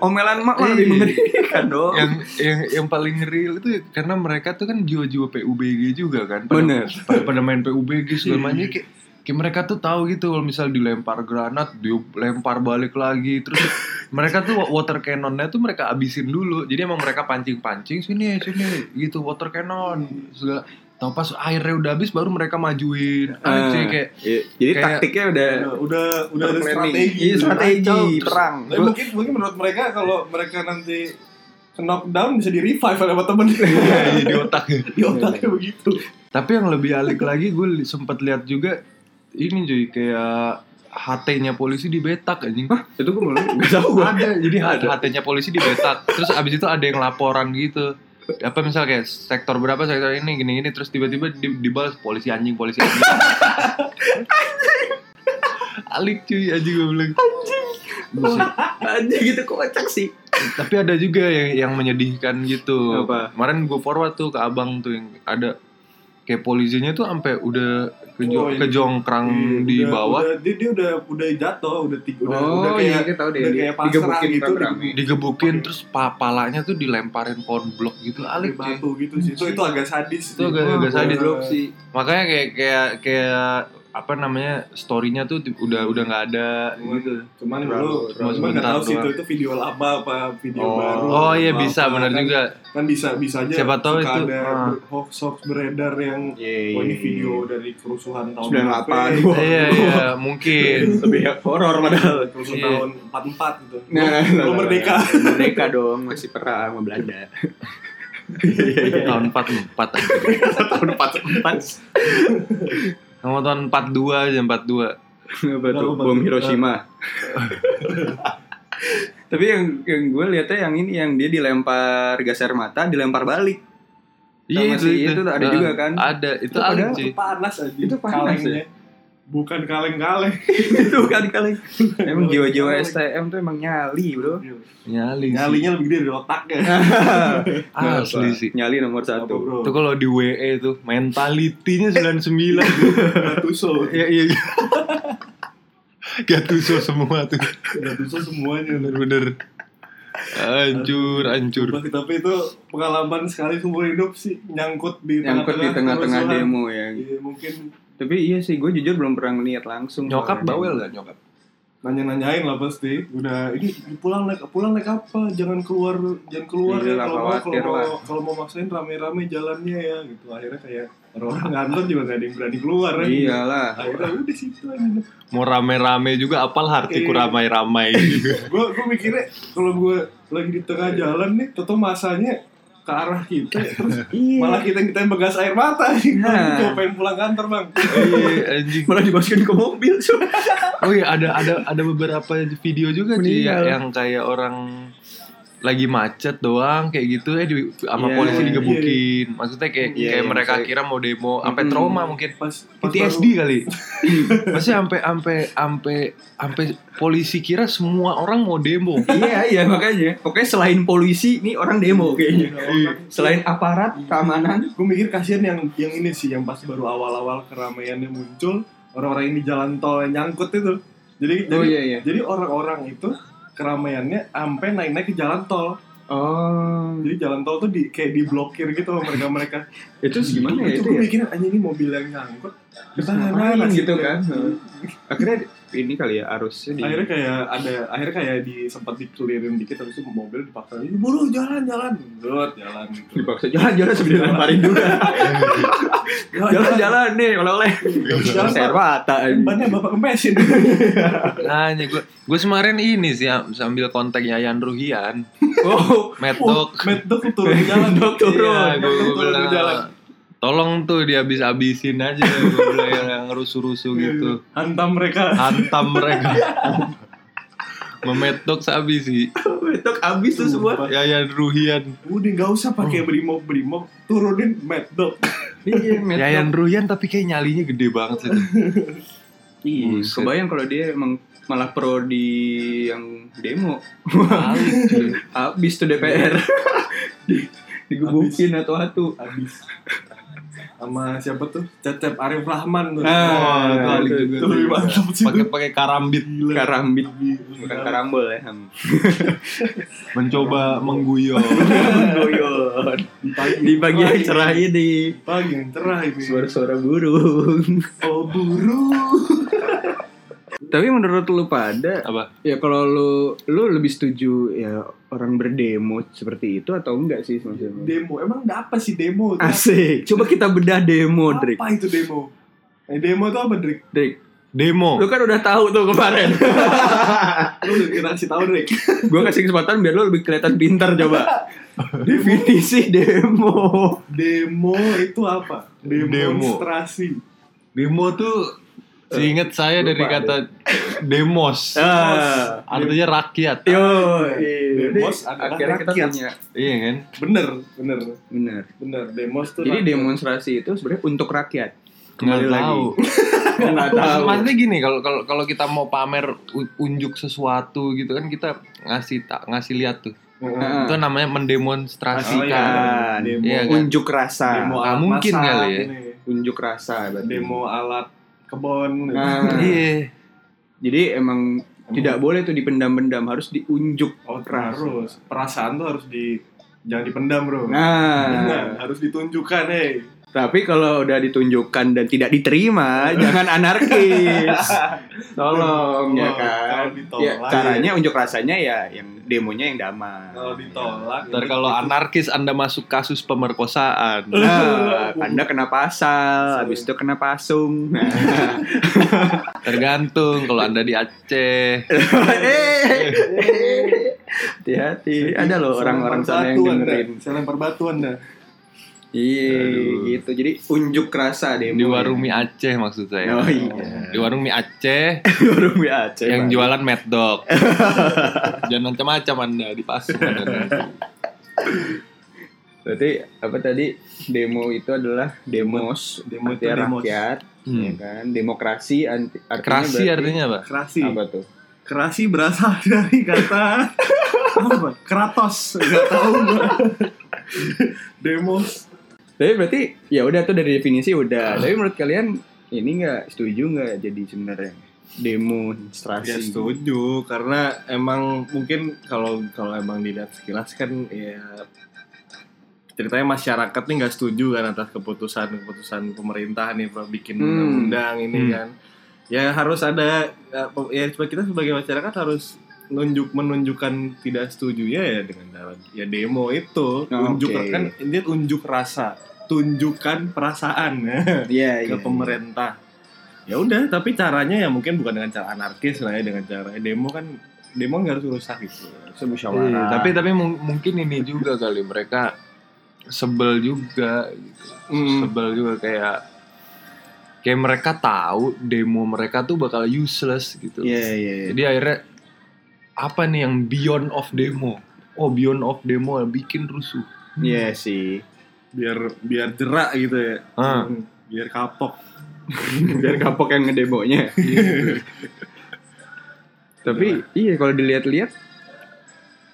Speaker 3: Omelan mak malah lebih
Speaker 1: Iya.
Speaker 3: mengerikan dong.
Speaker 1: yang yang yang paling real itu ya, karena mereka tuh kan jiwa-jiwa PUBG juga kan.
Speaker 3: Bener.
Speaker 1: Pada, pada main PUBG segala macam kayak, kayak mereka tuh tahu gitu kalau misal dilempar granat, dilempar balik lagi terus mereka tuh water cannonnya tuh mereka abisin dulu. Jadi emang mereka pancing-pancing sini sini gitu water cannon segala Tau pas airnya udah habis baru mereka majuin.
Speaker 3: Ah,
Speaker 1: Anjing,
Speaker 3: [LAUGHS]
Speaker 1: kayak
Speaker 3: iya. jadi
Speaker 1: kayak-
Speaker 3: taktiknya udah
Speaker 2: Udah- Udah udah ada
Speaker 3: terplanning.
Speaker 2: strategi.
Speaker 3: Iya, strategi
Speaker 1: Kacau, terus-
Speaker 3: perang.
Speaker 2: Tapi mungkin mungkin menurut mereka kalau mereka nanti knockdown bisa di revive sama temen di
Speaker 1: di otaknya.
Speaker 2: otaknya begitu.
Speaker 1: Tapi yang lebih alik lagi gue li- sempet lihat juga ini cuy kayak HT-nya polisi dibetak anjing.
Speaker 3: Itu gue [LAUGHS] belum gak tahu gue.
Speaker 1: ada jadi
Speaker 3: Ada.
Speaker 1: HT-nya polisi dibetak terus abis itu ada yang laporan gitu apa misal kayak sektor berapa sektor ini gini gini terus tiba-tiba di- dibalas polisi anjing polisi
Speaker 3: [LAUGHS]
Speaker 1: anjing alik cuy anjing gue bilang Buset.
Speaker 3: Anjing gitu kocak sih.
Speaker 1: tapi ada juga yang yang menyedihkan gitu
Speaker 3: Apa?
Speaker 1: kemarin gue forward tuh ke abang tuh yang ada kayak polisinya tuh sampai udah kejo-
Speaker 2: Oh, iya.
Speaker 1: kejongkrang
Speaker 2: Iya,
Speaker 1: di
Speaker 2: udah-
Speaker 1: bawah
Speaker 2: udah, dia, dia udah udah jatuh udah tiga udah, udah
Speaker 3: oh iya
Speaker 2: kayak
Speaker 3: kita tahu deh
Speaker 2: udah
Speaker 3: di-
Speaker 2: kayak pasrah
Speaker 3: digebukin
Speaker 2: gitu,
Speaker 3: rame-rame.
Speaker 1: digebukin terus pa- palanya tuh dilemparin pohon blok gitu
Speaker 3: Iya,
Speaker 2: kayak
Speaker 1: alik cuy.
Speaker 2: batu gitu sih itu itu agak sadis
Speaker 1: Itu agak-
Speaker 2: Wah,
Speaker 1: agak sadis.
Speaker 2: gua-
Speaker 3: Goblok sih
Speaker 1: makanya kayak kayak kayak apa namanya storynya tuh ti- udah udah nggak ada
Speaker 2: gitu. Cuman
Speaker 3: Terlalu-
Speaker 2: lu
Speaker 3: terlalu
Speaker 2: cuman nggak
Speaker 1: bentar
Speaker 2: tahu sih itu,
Speaker 1: doang.
Speaker 2: itu video lama apa video
Speaker 1: oh,
Speaker 2: baru.
Speaker 1: oh iya
Speaker 2: apa
Speaker 1: bisa
Speaker 2: apa.
Speaker 1: benar
Speaker 2: Kan-
Speaker 1: juga
Speaker 2: Kan bisa bisa aja
Speaker 1: Siapa tahu
Speaker 2: suka
Speaker 1: itu,
Speaker 2: ada
Speaker 1: ah.
Speaker 2: ber- hoax hoax beredar yang
Speaker 3: Iya,
Speaker 2: oh ini
Speaker 3: iya,
Speaker 2: video
Speaker 3: iya.
Speaker 2: dari kerusuhan tahun
Speaker 3: 98.
Speaker 2: berapa,
Speaker 3: Wah.
Speaker 1: iya iya
Speaker 3: [LAUGHS]
Speaker 1: mungkin
Speaker 3: lebih horor padahal
Speaker 2: ya, kerusuhan
Speaker 1: Iya.
Speaker 2: tahun 44
Speaker 3: [LAUGHS]
Speaker 2: gitu.
Speaker 3: Nah, nah, nah,
Speaker 2: Lu
Speaker 3: nah,
Speaker 2: merdeka.
Speaker 3: nah, nah. Merdeka dong, masih perang sama Belanda. Iya, iya, iya.
Speaker 1: tahun 44 aja.
Speaker 3: [LAUGHS] Tahun 44.
Speaker 1: sama tahun 42 aja 42
Speaker 3: Apa
Speaker 2: Nah,
Speaker 3: tuh?
Speaker 2: lu
Speaker 3: Bom
Speaker 2: baru-
Speaker 3: Hiroshima. Tapi yang yang gue lihatnya yang ini yang dia dilempar gas air mata, dilempar balik. [LAUGHS] Sama si itu tuh ada
Speaker 1: Nah,
Speaker 3: juga kan?
Speaker 1: ada itu
Speaker 3: Itu
Speaker 1: alik
Speaker 3: padahal
Speaker 1: cuy
Speaker 2: Itu panas aja.
Speaker 3: Itu panas ya?
Speaker 2: kalengnya. Bukan
Speaker 3: [LAUGHS]
Speaker 2: kaleng-kaleng.
Speaker 3: itu kan kali. Emang jiwa-jiwa STM tuh emang nyali, Bro.
Speaker 2: Iya.
Speaker 1: nyali
Speaker 3: Iya.
Speaker 1: sih.
Speaker 2: Nyalinya lebih gede dari
Speaker 3: [LAUGHS]
Speaker 2: otaknya.
Speaker 1: asli
Speaker 3: Kenapa?
Speaker 1: sih
Speaker 3: Nyali nomor
Speaker 2: Apa,
Speaker 3: satu.
Speaker 2: bro?
Speaker 1: itu kalau di WE tuh mentalitinya 99
Speaker 3: Eh. [LAUGHS]
Speaker 2: Gatuso.
Speaker 3: Iya, iya, iya.
Speaker 1: Gatuso semua tuh
Speaker 2: Gatuso semuanya.
Speaker 1: Bener-bener Hancur, hancur
Speaker 2: Tapi, tapi itu pengalaman sekali seumur hidup sih nyangkut di
Speaker 3: Nyangkut di tengah-tengah
Speaker 2: kerusuhan.
Speaker 3: demo ya.
Speaker 2: Iya, mungkin
Speaker 3: Tapi iya sih, gue jujur belum pernah ngeliat langsung.
Speaker 1: Nyokap bawel gak nyokap?
Speaker 2: nanya-nanyain lah pasti. Udah ini pulang naik pulang naik apa? Jangan keluar, jangan keluar ya
Speaker 3: Iya lah,
Speaker 2: kalau mau kalau
Speaker 3: khawatir lah.
Speaker 2: mau kalau mau maksain rame-rame jalannya ya gitu. Akhirnya kayak orang-orang ngantor juga gak ada yang berani keluar. kan.
Speaker 3: Iyalah.
Speaker 2: Akhirnya udah situ aja.
Speaker 1: Mau rame-rame juga apal gitu. hartiku
Speaker 2: Iya.
Speaker 3: [LAUGHS]
Speaker 1: ramai-ramai
Speaker 2: gue gue mikirnya kalau gue lagi di tengah jalan nih toto masanya ke arah
Speaker 3: [LAUGHS]
Speaker 2: kita terus
Speaker 3: Iya.
Speaker 2: malah kita kita gas air mata sih
Speaker 3: Nah.
Speaker 2: gue pengen pulang kantor
Speaker 3: [LAUGHS]
Speaker 2: bang
Speaker 1: Iya anjing
Speaker 3: malah dimasukin ke mobil cuy.
Speaker 1: Oh iya ada ada ada beberapa video juga cuy ya,
Speaker 3: Meninggal.
Speaker 1: yang kayak orang lagi macet doang kayak gitu eh di, sama
Speaker 3: Iya,
Speaker 1: polisi
Speaker 3: iya,
Speaker 1: digebukin. Maksudnya kayak
Speaker 3: Iya,
Speaker 1: kayak
Speaker 3: iya,
Speaker 1: mereka
Speaker 3: maksudnya-
Speaker 1: kira mau demo sampai
Speaker 3: Mm-mm.
Speaker 1: trauma mungkin
Speaker 2: pas, pas
Speaker 1: PTSD [LAUGHS] kali. Masih Iya. sampai sampai sampai sampai polisi kira semua orang mau demo.
Speaker 3: iya iya makanya. Pokoknya selain polisi, nih Iya, orang demo Iya. kayaknya.
Speaker 2: selain
Speaker 3: Selain aparat keamanan,
Speaker 2: gue mikir kasihan yang yang ini sih yang pas baru awal-awal keramaiannya muncul orang-orang yang di jalan tol yang nyangkut itu jadi jadi,
Speaker 3: iya iya.
Speaker 2: jadi orang-orang itu keramaiannya sampai naik-naik ke jalan tol
Speaker 3: Oh,
Speaker 2: jadi jalan tol tuh di, kayak diblokir gitu sama mereka-mereka
Speaker 3: itu sih gimana ya
Speaker 2: itu
Speaker 3: itu
Speaker 2: gue
Speaker 3: ya?
Speaker 2: mikir anjing ini mobil yang ngangkut
Speaker 3: Terus
Speaker 2: Nah,
Speaker 3: ngapain
Speaker 2: nah,
Speaker 3: gitu
Speaker 2: nasibnya.
Speaker 3: kan? Akhirnya ini kali ya arusnya di
Speaker 2: akhirnya kayak ada akhirnya kayak di sempat dikelirin dikit habis itu mobil dipaksa "Ini buru jalan jalan Dut,
Speaker 3: [LAUGHS]
Speaker 2: jalan gitu.
Speaker 3: dipaksa jalan-jalan sebelum lemparin [LAUGHS] dulu. Jalan-jalan nih oleh-oleh.
Speaker 2: Jalan, Pak.
Speaker 3: Air mata.
Speaker 2: bannya bapak kempesin
Speaker 1: Nah, gue gue kemarin ini sih am- sambil kontak Yayan Ruhian,
Speaker 3: Oh,
Speaker 1: Medok.
Speaker 2: medok turun di jalan
Speaker 3: Medok turun.
Speaker 1: Iya, gue
Speaker 2: Medok
Speaker 1: gue
Speaker 2: turun di jalan
Speaker 3: "Ah,"
Speaker 1: bilang tolong tuh dihabis-habisin aja gue bilang yang- yang rusuh-rusuh gitu.
Speaker 2: hantam mereka
Speaker 3: Ah.
Speaker 1: hantam mereka memetok sabi sih
Speaker 3: betok abis tuh semua.
Speaker 2: Sumpah.
Speaker 1: Yayan Ruhian
Speaker 2: udah nggak usah
Speaker 3: Oh.
Speaker 2: pakai brimob brimob turunin medok
Speaker 3: Iya,
Speaker 1: Yayan Ruhian tapi kayak nyalinya gede banget sih
Speaker 3: Iya,
Speaker 1: Buset.
Speaker 3: kebayang kalau dia emang malah pro di yang demo.
Speaker 1: Kali, cuy.
Speaker 3: Abis tuh DPR. Di- [LAUGHS] Digebukin atau atu.
Speaker 2: habis sama siapa tuh cecep Arif Rahman
Speaker 1: Nah,
Speaker 2: tuh
Speaker 3: Ah,
Speaker 2: Wah, itu
Speaker 3: itu-
Speaker 2: Ali juga.
Speaker 3: itu
Speaker 2: Itu lebih mantap sih [LAUGHS]
Speaker 1: pakai pakai karambit
Speaker 2: Gila.
Speaker 3: Karambit.
Speaker 2: Lebih-
Speaker 3: Bukan karambol ya. Ham.
Speaker 1: mencoba mengguyon
Speaker 3: Goyon. Di pagi yang cerah ini.
Speaker 2: pagi yang cerah ini
Speaker 3: Suara-suara burung.
Speaker 2: oh burung
Speaker 3: Tapi menurut lu pada,
Speaker 1: [LAUGHS] apa
Speaker 3: ya kalau lu lu lebih setuju ya orang berdemo seperti itu atau enggak sih maksudnya?
Speaker 2: demo emang ada apa sih demo Itu
Speaker 3: Asik. Coba kita bedah demo,
Speaker 2: apa
Speaker 3: Drik.
Speaker 2: apa itu demo eh, demo itu apa Drik
Speaker 3: Drik, lu
Speaker 1: demo
Speaker 3: kan udah tahu tuh [LAUGHS] kemarin.
Speaker 2: lu udah kita kasih tahu Drik [LAUGHS]
Speaker 3: gue kasih kesempatan biar lo lebih kelihatan pintar coba definisi demo
Speaker 2: demo itu apa
Speaker 1: Demo.
Speaker 2: demonstrasi
Speaker 1: demo tuh seingat saya
Speaker 3: Eh, lupa
Speaker 1: dari
Speaker 3: deh.
Speaker 1: kata demos
Speaker 3: ah
Speaker 1: artinya rakyat
Speaker 3: yo
Speaker 2: Iya, Demos adalah
Speaker 3: akhirnya kita
Speaker 2: rakyat.
Speaker 3: punya
Speaker 1: iya kan
Speaker 2: bener bener
Speaker 3: benar
Speaker 2: bener demos tuh
Speaker 3: jadi
Speaker 2: rakyat.
Speaker 3: demonstrasi itu sebenarnya untuk rakyat
Speaker 1: nggak
Speaker 3: Kembali lagi.
Speaker 1: tahu
Speaker 3: nggak
Speaker 1: Maksud-
Speaker 3: tahu
Speaker 1: maksudnya gini kalau kalau kalau kita mau pamer u- unjuk sesuatu gitu kan kita ngasih tak ngasih lihat tuh
Speaker 2: Heeh.
Speaker 3: Nah,
Speaker 1: itu namanya mendemonstrasikan
Speaker 2: Oh, iya. Demo.
Speaker 1: Iya, kan?
Speaker 3: unjuk rasa
Speaker 2: demo
Speaker 1: Ah,
Speaker 2: alat
Speaker 1: mungkin
Speaker 2: masak
Speaker 1: kali ya.
Speaker 2: ini.
Speaker 3: unjuk rasa berarti.
Speaker 2: demo alat kebon
Speaker 3: Nah.
Speaker 1: Iya.
Speaker 3: Jadi emang tidak boleh tuh dipendam-pendam, harus diunjuk.
Speaker 2: oh harus perasaan tuh harus di jangan dipendam bro
Speaker 3: Nah,
Speaker 2: Nah, harus ditunjukkan hei
Speaker 3: tapi kalau udah ditunjukkan dan tidak diterima, jangan
Speaker 2: [LAUGHS]
Speaker 3: anarkis. Tolong
Speaker 2: Tolong,
Speaker 3: ya kan.
Speaker 2: kalau ditolak,
Speaker 3: Ya, caranya unjuk rasanya ya yang demonya yang damai.
Speaker 2: kalau
Speaker 3: Iya.
Speaker 2: ditolak
Speaker 1: Ntar kalau anarkis Anda masuk kasus pemerkosaan.
Speaker 3: [LAUGHS] Nah, Anda kena pasal, habis itu kena
Speaker 2: [LAUGHS]
Speaker 3: pasung. Nah.
Speaker 1: Tergantung kalau Anda di Aceh.
Speaker 3: Eh. Hati-hati, ada loh orang-orang
Speaker 2: kan,
Speaker 3: sana yang dengerin.
Speaker 2: saya lempar batu anda
Speaker 3: Iya,
Speaker 1: Aduh.
Speaker 3: gitu. Jadi unjuk rasa demo. ya.
Speaker 1: Di warung mie Aceh maksud saya.
Speaker 3: Oh iya.
Speaker 1: Di warung mie Aceh
Speaker 3: Di warung mie Aceh.
Speaker 1: yang
Speaker 3: Pak.
Speaker 1: jualan Mad
Speaker 3: [LAUGHS]
Speaker 1: Dog. Jangan macam-macam Anda di pasar. Anda.
Speaker 3: Berarti apa tadi demo itu adalah demos,
Speaker 2: Demo itu
Speaker 3: artinya
Speaker 2: demos.
Speaker 3: rakyat, ya
Speaker 1: Hmm.
Speaker 3: kan? Demokrasi anti artinya
Speaker 1: Kerasi
Speaker 3: berarti
Speaker 1: artinya apa?
Speaker 2: kerasi
Speaker 3: apa tuh?
Speaker 2: kerasi berasal [LAUGHS] dari kata apa kratos nggak tahu gua. demos
Speaker 3: Tapi berarti ya udah tuh dari definisi udah. Tapi menurut kalian ini nggak setuju nggak jadi sebenarnya demonstrasi?
Speaker 2: Ya setuju karena emang mungkin kalau kalau emang dilihat sekilas kan ya ceritanya masyarakat nih nggak setuju kan atas keputusan keputusan pemerintah nih Pak, bikin
Speaker 3: Hmm.
Speaker 2: undang-undang ini
Speaker 1: Hmm.
Speaker 2: kan ya harus ada ya, pe- ya coba kita sebagai masyarakat harus nunjuk menunjukkan tidak setuju ya dengan cara ya demo itu
Speaker 3: Oh,
Speaker 2: unjuk
Speaker 3: oke.
Speaker 2: kan ini unjuk rasa tunjukkan perasaan ya.
Speaker 3: Iya,
Speaker 2: ke
Speaker 3: iya.
Speaker 2: pemerintah. Ya udah, tapi caranya ya mungkin bukan dengan cara anarkis lah ya, dengan cara demo kan demo nggak harus rusak gitu.
Speaker 3: Semusyawarah.
Speaker 1: Iya, tapi tapi mung- mungkin ini juga kali mereka sebel juga gitu.
Speaker 2: Hmm.
Speaker 1: Sebel juga kayak kayak mereka tahu demo mereka tuh bakal useless gitu.
Speaker 3: Iya, iya, iya.
Speaker 1: Jadi akhirnya apa nih yang beyond of demo? Oh, beyond of demo bikin rusuh.
Speaker 3: Iya sih.
Speaker 2: Biar biar jerak gitu ya.
Speaker 1: Ah.
Speaker 2: Hmm. Biar kapok.
Speaker 3: biar kapok yang ngedemonya
Speaker 1: iya.
Speaker 3: tapi iya kalau dilihat-lihat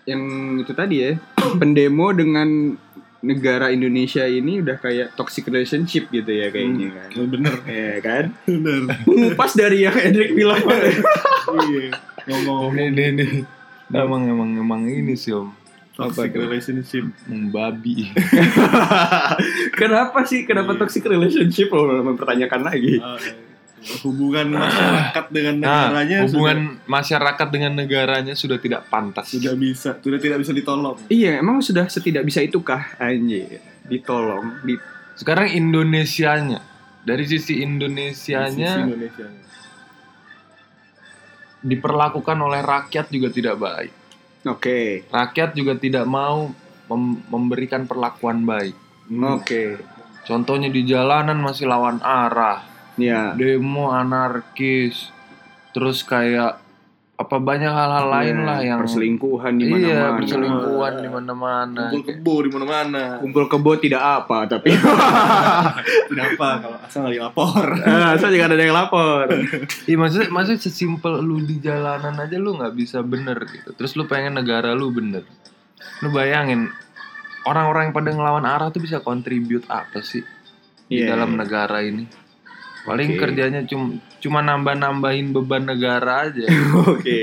Speaker 3: yang itu tadi ya [COUGHS] pendemo dengan negara Indonesia ini udah kayak toxic relationship gitu ya kayaknya kan
Speaker 2: Hmm,
Speaker 3: [LAUGHS]
Speaker 2: Bener,
Speaker 3: ya kan
Speaker 2: bener.
Speaker 1: Hmm.
Speaker 3: pas dari yang Hendrik bilang
Speaker 2: iya. Ngomong
Speaker 1: Ini ini ini. Emang emang emang ini sih om
Speaker 2: toxic
Speaker 3: tuh?
Speaker 2: relationship.
Speaker 1: membabi.
Speaker 3: [LAUGHS] kenapa sih kenapa
Speaker 1: Iya.
Speaker 3: toxic relationship lo mempertanyakan lagi
Speaker 2: Ah, hubungan masyarakat dengan negaranya
Speaker 1: Nah, hubungan masyarakat dengan negaranya sudah tidak pantas.
Speaker 2: sudah, sudah bisa, sudah tidak bisa ditolong.
Speaker 3: iya emang sudah setidak bisa itukah anjir ditolong di
Speaker 1: Sekarang Indonesianya. Dari sisi
Speaker 2: Di sisi
Speaker 1: Indonesianya
Speaker 2: Indonesia.
Speaker 1: diperlakukan oleh rakyat juga tidak baik.
Speaker 3: oke
Speaker 1: Rakyat juga tidak mau mem- memberikan perlakuan baik. Hmm.
Speaker 3: oke
Speaker 1: Contohnya di jalanan masih lawan arah,
Speaker 3: ya
Speaker 1: demo anarkis, terus kayak apa banyak hal-hal lain
Speaker 3: Iya,
Speaker 1: lah yang
Speaker 3: perselingkuhan di mana
Speaker 1: iya
Speaker 3: mana
Speaker 1: perselingkuhan di mana-mana.
Speaker 2: Kumpul kebo di mana-mana.
Speaker 3: kumpul kebo tidak apa
Speaker 1: [LAUGHS]
Speaker 3: tapi [LAUGHS]
Speaker 2: Kenapa kalau asal nggak dilapor?
Speaker 3: Ah, saya juga ada yang lapor
Speaker 1: Iya maksudnya maksudnya sesimpel lu di jalanan aja lu nggak bisa bener gitu. Terus lu pengen negara lu bener. Lu bayangin orang-orang yang pada ngelawan arah tuh bisa kontribut apa sih di
Speaker 3: Iya.
Speaker 1: dalam negara ini? Paling
Speaker 3: Oke.
Speaker 1: kerjanya cuma cuma nambah-nambahin beban negara aja.
Speaker 3: oke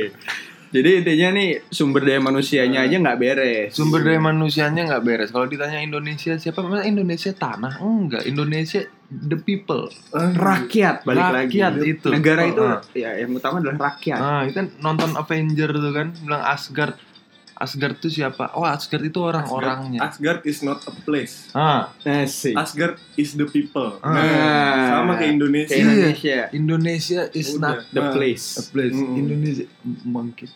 Speaker 3: jadi intinya nih sumber daya manusianya aja nggak beres
Speaker 1: Sumber daya manusianya nggak beres. Kalau ditanya Indonesia siapa? Masa Indonesia tanah? Enggak. Indonesia the people.
Speaker 3: rakyat balik
Speaker 1: Rakyat
Speaker 3: lagi
Speaker 1: itu.
Speaker 3: negara itu
Speaker 1: Oh, ah.
Speaker 3: ya yang utama adalah rakyat
Speaker 1: Nah, itu kan nonton Avenger tuh kan bilang Asgard. Asgard tuh siapa? Oh, Asgard itu orang-orangnya.
Speaker 2: Asgard is not a place.
Speaker 1: Ah,
Speaker 3: nah sih
Speaker 2: Asgard is the people.
Speaker 1: Ah.
Speaker 2: Nah, sama kayak
Speaker 3: Ke
Speaker 1: iya.
Speaker 2: Indonesia.
Speaker 3: Indonesia
Speaker 1: Indonesia is
Speaker 2: Udah. Hmm.
Speaker 1: not
Speaker 3: the
Speaker 2: Nah.
Speaker 1: a
Speaker 3: place
Speaker 1: place.
Speaker 2: Mm-mm.
Speaker 1: Indonesia M- monkey.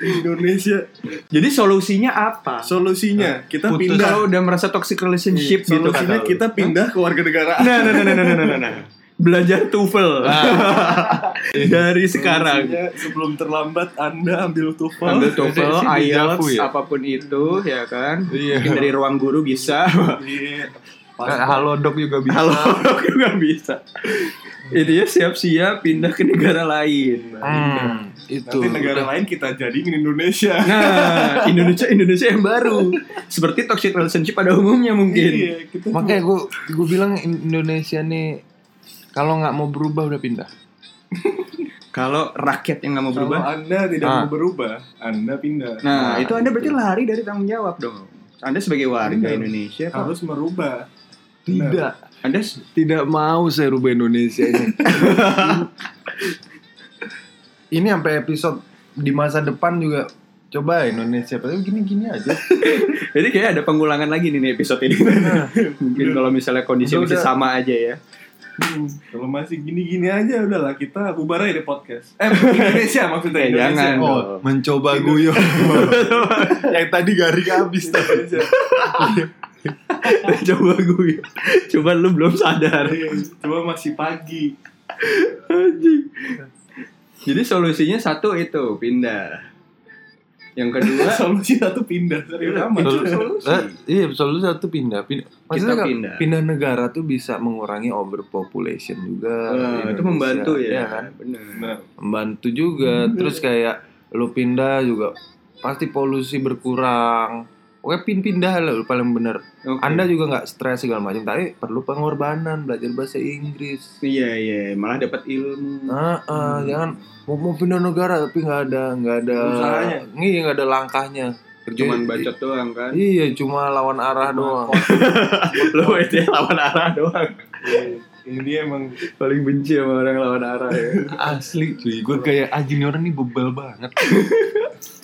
Speaker 2: Indonesia.
Speaker 3: jadi solusinya apa Ah.
Speaker 2: Solusinya kita
Speaker 1: Putus. Iya,
Speaker 2: pindah.
Speaker 3: kalau udah merasa toxic relationship gitu
Speaker 2: Solusinya
Speaker 3: kata lu.
Speaker 2: kita pindah ke warga negara.
Speaker 3: nah nah nah nah nah, nah nah, nah. belajar tuvel
Speaker 1: Ah.
Speaker 3: [LAUGHS] dari sekarang
Speaker 2: sebelum terlambat Anda ambil
Speaker 3: ambil
Speaker 2: TOEFL.
Speaker 3: TOEFL,
Speaker 1: Itu- itu di
Speaker 3: IELTS,
Speaker 1: Javu ya?
Speaker 3: apapun itu ya kan.
Speaker 1: Iya.
Speaker 3: Mungkin dari ruang guru bisa.
Speaker 2: Iya.
Speaker 1: Eh,
Speaker 2: Pas-
Speaker 1: Halo dok juga bisa.
Speaker 3: Halo, [LAUGHS] ya juga bisa. Intinya siap-siap pindah ke negara lain.
Speaker 1: Hmm. itu
Speaker 2: Nanti negara lain kita jadiin Indonesia.
Speaker 3: Nah, Indonesia Indonesia yang baru. Seperti toxic relationship pada umumnya mungkin.
Speaker 2: Iya, kita
Speaker 1: makanya gue gue bilang In- Indonesia nih kalau nggak mau berubah udah pindah
Speaker 3: Kalau rakyat yang nggak mau
Speaker 2: Kalau
Speaker 3: berubah,
Speaker 2: Anda tidak
Speaker 1: Ah.
Speaker 2: mau berubah, Anda pindah.
Speaker 3: nah,
Speaker 1: Nah,
Speaker 3: itu Anda berarti lari dari tanggung jawab dong. Anda sebagai warga
Speaker 2: Iya.
Speaker 3: Indonesia, ya, Pak.
Speaker 2: harus merubah.
Speaker 1: tidak
Speaker 3: Anda s-
Speaker 1: tidak mau saya rubah Indonesia
Speaker 2: [LAUGHS]
Speaker 1: ini ini sampai episode di masa depan juga coba Indonesia tapi gini-gini [LAUGHS] aja
Speaker 3: jadi kayak ada pengulangan lagi nih, nih episode ini. [LAUGHS] mungkin kalau misalnya kondisi
Speaker 1: Udah,
Speaker 3: masih
Speaker 1: udah.
Speaker 3: sama aja ya.
Speaker 2: Hmm, Kalau masih gini-gini aja udahlah kita bubar aja deh podcast. Eh, Indonesia maksudnya
Speaker 3: Eh,
Speaker 2: Indonesia.
Speaker 3: jangan.
Speaker 1: oh mencoba guyon [LAUGHS] yang tadi garing habis tadi
Speaker 3: [LAUGHS]
Speaker 1: [LAUGHS]
Speaker 3: coba gue, coba lu belum
Speaker 2: Iya.
Speaker 3: sadar.
Speaker 2: [LAUGHS] Cuma masih pagi.
Speaker 3: Anjing. Jadi solusinya satu itu pindah. Yang kedua [LAUGHS]
Speaker 2: Solusi satu pindah serius
Speaker 3: Iya,
Speaker 2: amat.
Speaker 3: betul.
Speaker 1: Eh, iya solusi satu pindah pindah maksudnya kan,
Speaker 3: pindah.
Speaker 1: pindah. negara tuh bisa mengurangi overpopulation juga di
Speaker 3: eh, itu
Speaker 1: Indonesia.
Speaker 3: membantu ya.
Speaker 1: Iya kan
Speaker 3: Bener.
Speaker 2: Nah,
Speaker 1: membantu juga terus kayak lu pindah juga pasti polusi berkurang oke pin pindah lah lu paling bener
Speaker 3: Oke.
Speaker 1: anda juga nggak stres segala macam tapi perlu pengorbanan belajar bahasa Inggris
Speaker 3: Iya iya malah dapat ilmu.
Speaker 1: Nah, eh, jangan mau, mau pindah negara tapi nggak ada nggak ada
Speaker 2: Usahanya.
Speaker 1: iya nggak ada langkahnya
Speaker 3: Cuman bacot doang [LAUGHS] kan.
Speaker 1: iya cuma lawan arah doang
Speaker 3: Lo itu lawan arah doang.
Speaker 2: Iya, ini emang
Speaker 3: Paling benci sama orang lawan arah [LAUGHS] ya.
Speaker 1: Asli cuy, gue kayak anjing ini orang nih bebal banget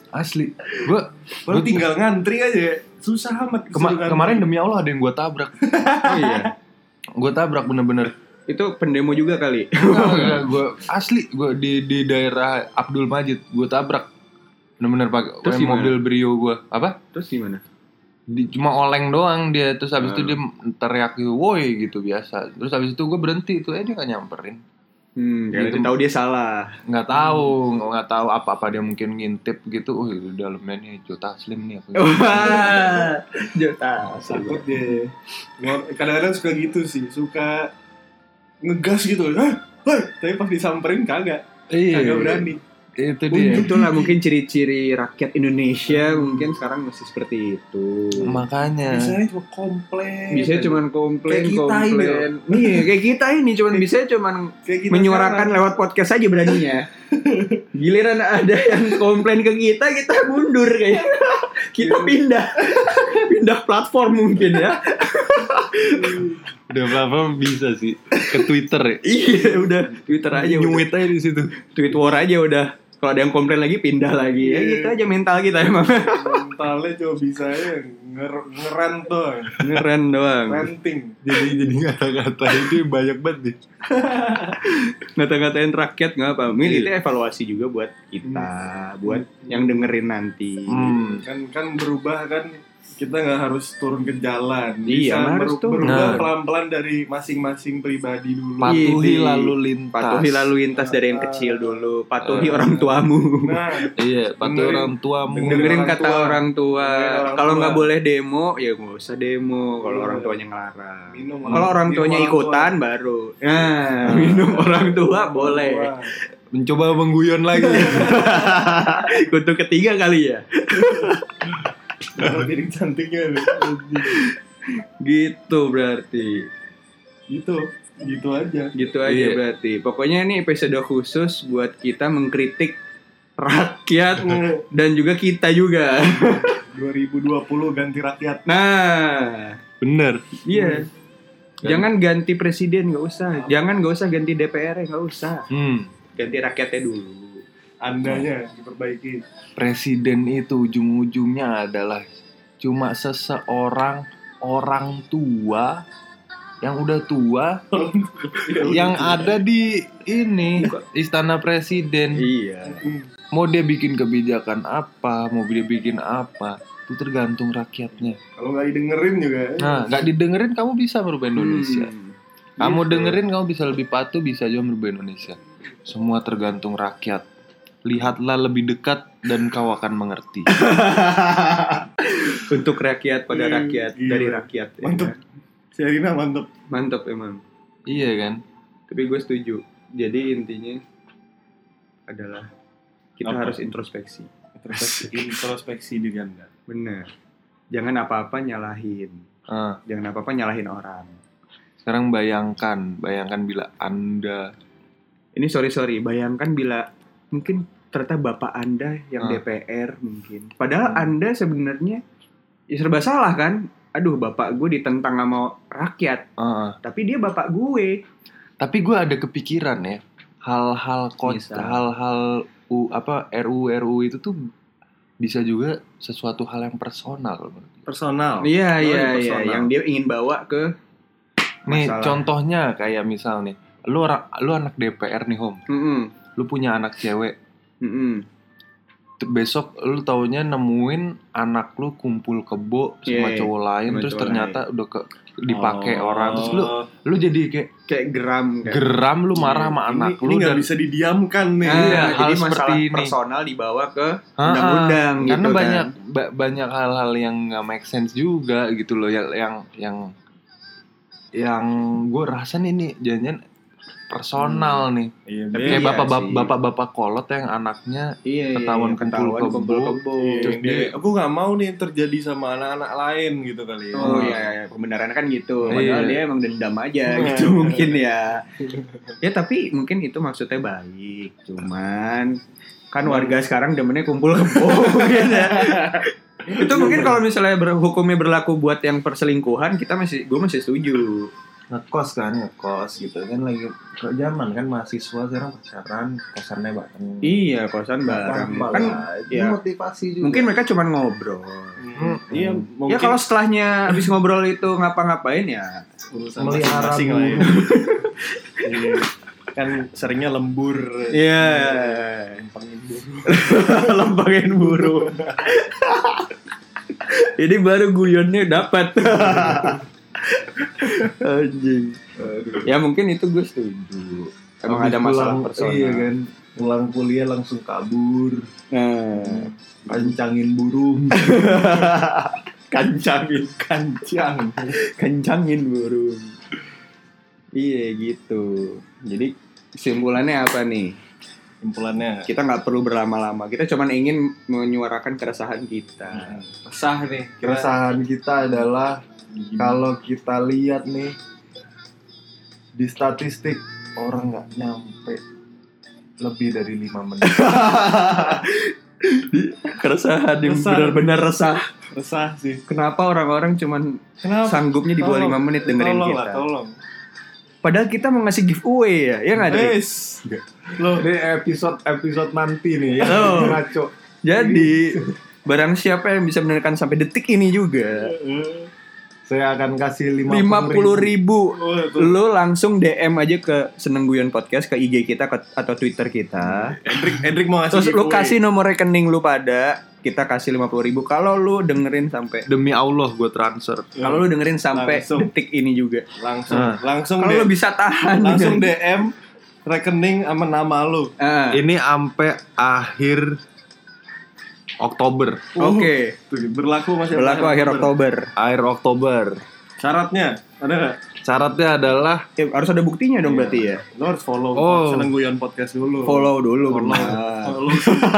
Speaker 1: Asli Gue
Speaker 2: baru tinggal ngantri aja. Susah amat disuruh ngantri.
Speaker 1: Kemarin demi Allah ada yang gue tabrak
Speaker 3: Oh iya.
Speaker 1: Gue tabrak bener-bener
Speaker 3: Itu pendemo juga kali.
Speaker 1: gue Asli, gue di, di daerah Abdul Majid Gue tabrak Bener-bener pakai
Speaker 3: Terus
Speaker 1: eh,
Speaker 3: gimana?
Speaker 1: mobil brio gue Apa?
Speaker 3: Terus gimana?
Speaker 1: Di- cuma oleng doang dia Terus habis itu dia teriak gitu Woi gitu biasa Terus habis itu gue berhenti tuh Eh dia gak nyamperin
Speaker 3: Hmm, karena
Speaker 1: Gitu.
Speaker 3: dia tahu dia salah.
Speaker 1: nggak tahu nggak tahu apa apa dia mungkin ngintip gitu oh itu dalamnya nih juta slim nih apa
Speaker 3: Oh,
Speaker 1: gitu.
Speaker 3: [LAUGHS] Wah, jota.
Speaker 2: takut deh kadang-kadang suka gitu sih suka ngegas gitu Hah? Hah? tapi pas disamperin kagak
Speaker 1: Iya,
Speaker 2: kagak berani
Speaker 1: itu dia.
Speaker 3: Itu [LAUGHS] lah mungkin ciri-ciri rakyat Indonesia mungkin sekarang masih seperti itu.
Speaker 1: Makanya.
Speaker 2: biasanya cuma komplain
Speaker 3: Bisa cuman
Speaker 2: Kayak
Speaker 3: komplain,
Speaker 2: kita ini
Speaker 3: komplain. Nih, kayak kita ini cuman bisa cuman
Speaker 2: Kayak kita
Speaker 3: menyuarakan
Speaker 2: sekarang.
Speaker 3: lewat podcast aja
Speaker 2: [LAUGHS]
Speaker 3: beraninya. Giliran ada yang komplain ke kita, kita mundur
Speaker 2: [LAUGHS]
Speaker 3: kayak.
Speaker 2: Iya.
Speaker 3: Kita pindah. pindah platform mungkin ya.
Speaker 1: Udah berapa bisa sih ke Twitter ya?
Speaker 3: Iya, udah Twitter aja. udah.
Speaker 1: Nyuit aja di situ.
Speaker 3: Tweet war aja udah. Kalau ada yang komplain lagi pindah lagi. Ya
Speaker 2: Iya.
Speaker 3: gitu aja mental kita emang.
Speaker 2: mentalnya cuma bisa ya nger ngeranto
Speaker 3: Ngeren doang.
Speaker 2: ranting
Speaker 1: Jadi jadi kata-kata itu banyak banget nih.
Speaker 3: Ngata-ngatain rakyat nggak apa. Mungkin
Speaker 1: Iya.
Speaker 3: itu evaluasi juga buat kita,
Speaker 2: Hmm.
Speaker 3: buat yang dengerin nanti.
Speaker 1: Hmm.
Speaker 2: kan kan berubah kan kita nggak harus turun ke jalan bisa
Speaker 3: Iya, harus
Speaker 2: beru-
Speaker 3: turun.
Speaker 2: berubah
Speaker 1: Nah.
Speaker 2: pelan-pelan dari masing-masing pribadi dulu
Speaker 1: Patuhi
Speaker 3: Iya,
Speaker 1: lalu lintas.
Speaker 3: Patuhi lalu lintas dari yang kecil
Speaker 2: Eh.
Speaker 3: dulu. Patuhi orang tuamu.
Speaker 2: nah
Speaker 1: Iya, patuhi
Speaker 2: Dengerin.
Speaker 1: orang tuamu.
Speaker 2: Dengerin.
Speaker 3: Dengerin
Speaker 2: orang
Speaker 3: kata
Speaker 2: tua.
Speaker 3: orang tua.
Speaker 2: Dengerin orang
Speaker 3: Kalau nggak
Speaker 2: tua.
Speaker 3: boleh demo, ya nggak usah demo. Kalau
Speaker 2: Iya.
Speaker 3: orang tuanya ngelarang.
Speaker 2: minum
Speaker 3: Kalau orang
Speaker 2: minum orang tua.
Speaker 3: tuanya
Speaker 2: Iya.
Speaker 3: ikutan baru. Nah, minum orang tua boleh.
Speaker 2: Wah.
Speaker 1: Mencoba mengguyon lagi.
Speaker 3: Iya. Kutu ketiga kali ya.
Speaker 2: Dapat piring cantiknya lu.
Speaker 3: Gitu berarti.
Speaker 2: Gitu Gitu aja
Speaker 3: Gitu aja
Speaker 1: Iya.
Speaker 3: berarti. Pokoknya ini episode khusus buat kita mengkritik rakyat dan juga kita juga.
Speaker 2: 2020 ganti rakyat
Speaker 3: Nah,
Speaker 1: Bener.
Speaker 3: Iya. Jangan ganti presiden nggak usah. Jangan nggak usah ganti DPR nggak usah.
Speaker 1: Hmm.
Speaker 3: Ah. Ganti rakyatnya dulu.
Speaker 2: Andanya diperbaiki
Speaker 1: Presiden itu ujung-ujungnya adalah cuma seseorang orang tua yang udah tua
Speaker 2: Ya
Speaker 1: yang ada di ini istana presiden
Speaker 3: Iya.
Speaker 2: Hmm.
Speaker 1: mau dia bikin kebijakan apa mau dia bikin apa itu tergantung rakyatnya
Speaker 2: Kalau nggak didengerin juga
Speaker 1: nah nggak didengerin kamu bisa merubah Indonesia
Speaker 3: Hmm.
Speaker 1: kamu
Speaker 2: Gitu.
Speaker 1: dengerin kamu bisa lebih patuh bisa juga merubah Indonesia semua tergantung rakyat lihatlah lebih dekat dan kau akan mengerti
Speaker 3: Untuk rakyat pada
Speaker 2: Hmm,
Speaker 3: rakyat
Speaker 2: gila.
Speaker 3: dari rakyat. ya
Speaker 2: Mantep
Speaker 3: kan?
Speaker 2: Serina mantep
Speaker 3: Mantap emang.
Speaker 1: iya kan
Speaker 3: Tapi gue setuju. Jadi intinya adalah Kita
Speaker 2: Apa?
Speaker 3: harus introspeksi.
Speaker 2: Introspeksi- introspeksi diri anda
Speaker 3: Bener. Jangan apa-apa nyalahin.
Speaker 1: Ah,
Speaker 3: Jangan apa-apa nyalahin orang.
Speaker 1: sekarang bayangkan, bayangkan bila anda
Speaker 3: Ini sorry sorry. Bayangkan bila mungkin ternyata bapak anda
Speaker 1: Ah.
Speaker 3: yang DPR mungkin. Padahal
Speaker 1: Hmm.
Speaker 3: anda sebenarnya ya serba salah kan. Aduh bapak gue ditentang sama rakyat.
Speaker 1: Ah, ah.
Speaker 3: Tapi dia bapak gue.
Speaker 1: tapi gue ada kepikiran ya hal-hal kot
Speaker 3: Misal.
Speaker 1: hal-hal u apa RU RU itu tuh bisa juga sesuatu hal yang personal
Speaker 2: personal Oh,
Speaker 3: Iya iya
Speaker 2: ini
Speaker 3: iya.
Speaker 2: personal.
Speaker 3: Yang dia ingin bawa ke
Speaker 1: nih
Speaker 3: Masalah.
Speaker 1: contohnya kayak misal nih lu orang lu anak DPR nih home
Speaker 3: Mm-mm.
Speaker 1: lu punya anak cewek
Speaker 3: Mm-mm.
Speaker 1: T- besok lu taunya nemuin anak lu kumpul kebo sama
Speaker 3: Iya, iya.
Speaker 1: cowok lain
Speaker 3: Sama
Speaker 1: terus
Speaker 3: cowok
Speaker 1: ternyata udah ke dipakai
Speaker 2: Oh.
Speaker 1: orang terus lu lu jadi kayak
Speaker 3: Kayak geram kan.
Speaker 1: geram lu marah sama
Speaker 2: Ini-
Speaker 1: anak
Speaker 2: ini
Speaker 1: lu
Speaker 2: nggak
Speaker 1: dan
Speaker 2: bisa didiamkan nih
Speaker 1: Ah, Iya, hal
Speaker 3: jadi
Speaker 1: seperti
Speaker 3: masalah
Speaker 1: ini.
Speaker 3: personal dibawa ke
Speaker 1: Ah, ah.
Speaker 3: undang-undang gitu
Speaker 1: karena
Speaker 3: kan.
Speaker 1: banyak ba- banyak hal-hal yang nggak make sense juga gitu loh yang yang yang yang gue rasain ini jangan personal nih
Speaker 2: Iya,
Speaker 3: Tapi
Speaker 2: iya,
Speaker 1: kayak bapak
Speaker 3: Hmm. sih.
Speaker 1: bapak bapak kolot yang anaknya
Speaker 3: Iya, iya,
Speaker 1: ketahuan
Speaker 3: iya, ketahuan
Speaker 1: kumpul
Speaker 3: kumpul
Speaker 1: kebo.
Speaker 3: kebo.
Speaker 2: iya,
Speaker 1: terus
Speaker 2: dia,
Speaker 1: dia-
Speaker 2: aku nggak mau nih yang terjadi sama anak-anak lain gitu kali ya
Speaker 3: Oh iya, iya, pembenaran kan gitu.
Speaker 1: Iya.
Speaker 3: Padahal dia emang dendam aja
Speaker 2: Iya.
Speaker 3: gitu mungkin ya. Ya tapi mungkin itu maksudnya baik. Cuman kan warga sekarang demennya kumpul kebo [LAUGHS] gitu ya. itu mungkin kalau misalnya ber- hukumnya berlaku buat yang perselingkuhan kita masih gue masih setuju
Speaker 1: ngekos kan ngekos gitu kan lagi ke zaman kan mahasiswa sekarang pacaran kosannya bareng
Speaker 3: iya kosan bareng kan ya
Speaker 1: motivasi
Speaker 3: mungkin mereka cuma ngobrol
Speaker 2: Hmm, iya mungkin
Speaker 3: ya kalau setelahnya habis ngobrol itu ngapa-ngapain ya
Speaker 2: urusan
Speaker 1: melihara
Speaker 2: masing-masing lah ya.
Speaker 1: burung.
Speaker 2: [LAUGHS] Iya. kan seringnya lembur
Speaker 3: Iya.
Speaker 2: Lempengin burung.
Speaker 3: Lambangin burung. Ini baru guyonnya
Speaker 2: [LAUGHS]
Speaker 3: dapat. Anjing. Ya mungkin itu gue setuju. Emang ada masalah personal.
Speaker 1: iya kan pulang kuliah langsung kabur
Speaker 3: Nah,
Speaker 1: kencangin burung
Speaker 3: kancangin, kancang, kancangin burung. Iya gitu. Jadi kesimpulannya apa nih?
Speaker 2: Kumpulannya
Speaker 3: Kita nggak perlu berlama-lama. Kita cuman ingin menyuarakan keresahan kita.
Speaker 2: resah nih
Speaker 1: keresahan kita adalah kalau kita lihat nih di statistik orang nggak nyampe lebih dari lima
Speaker 3: [LAUGHS]
Speaker 1: menit
Speaker 3: Keresahan yang
Speaker 2: Resah.
Speaker 3: benar-benar resah.
Speaker 2: resah sih
Speaker 3: Kenapa orang-orang cuman
Speaker 2: kenapa
Speaker 3: sanggupnya di bawah
Speaker 2: Tolong.
Speaker 3: 5 menit dengerin
Speaker 2: tolong
Speaker 3: kita?
Speaker 2: lah tolong
Speaker 3: Padahal kita mau ngasih giveaway ya, ya nggak Dri?
Speaker 2: Wes. lo
Speaker 1: ini episode episode nanti nih ya
Speaker 3: Oh.
Speaker 1: ngaco
Speaker 3: Jadi barang siapa yang bisa menekan sampai detik ini juga
Speaker 1: saya akan kasih lima
Speaker 3: 50 ribu
Speaker 2: Oh, tuh.
Speaker 3: Lo langsung DM aja ke Seneng Guyon Podcast Ke IG kita ke- atau Twitter kita
Speaker 2: Hendrik Hendrik mau ngasih
Speaker 3: Terus lo
Speaker 2: giveaway.
Speaker 3: kasih nomor rekening lu pada Kita kasih 50 ribu Kalau lu dengerin sampai
Speaker 1: demi Allah gue transfer
Speaker 3: Kalau lu dengerin sampai
Speaker 2: Langsung.
Speaker 3: detik ini juga
Speaker 2: langsung
Speaker 1: Ah.
Speaker 2: langsung
Speaker 3: Kalau
Speaker 2: deh.
Speaker 3: lu bisa tahan
Speaker 2: langsung DM rekening sama nama lu.
Speaker 3: Ah,
Speaker 1: ini sampai akhir Oktober
Speaker 3: [LAUGHS] Oke
Speaker 2: Tuh, berlaku masih
Speaker 3: Berlaku akhir Oktober
Speaker 1: akhir Oktober
Speaker 2: Syaratnya ada nggak?
Speaker 1: syaratnya adalah
Speaker 3: Ya, Harus ada buktinya dong
Speaker 2: Iya.
Speaker 3: berarti ya
Speaker 2: Lo harus follow
Speaker 1: Oh.
Speaker 2: Seneng Guyon Podcast dulu.
Speaker 3: follow dulu
Speaker 2: Follow.
Speaker 3: benar.
Speaker 2: Follow,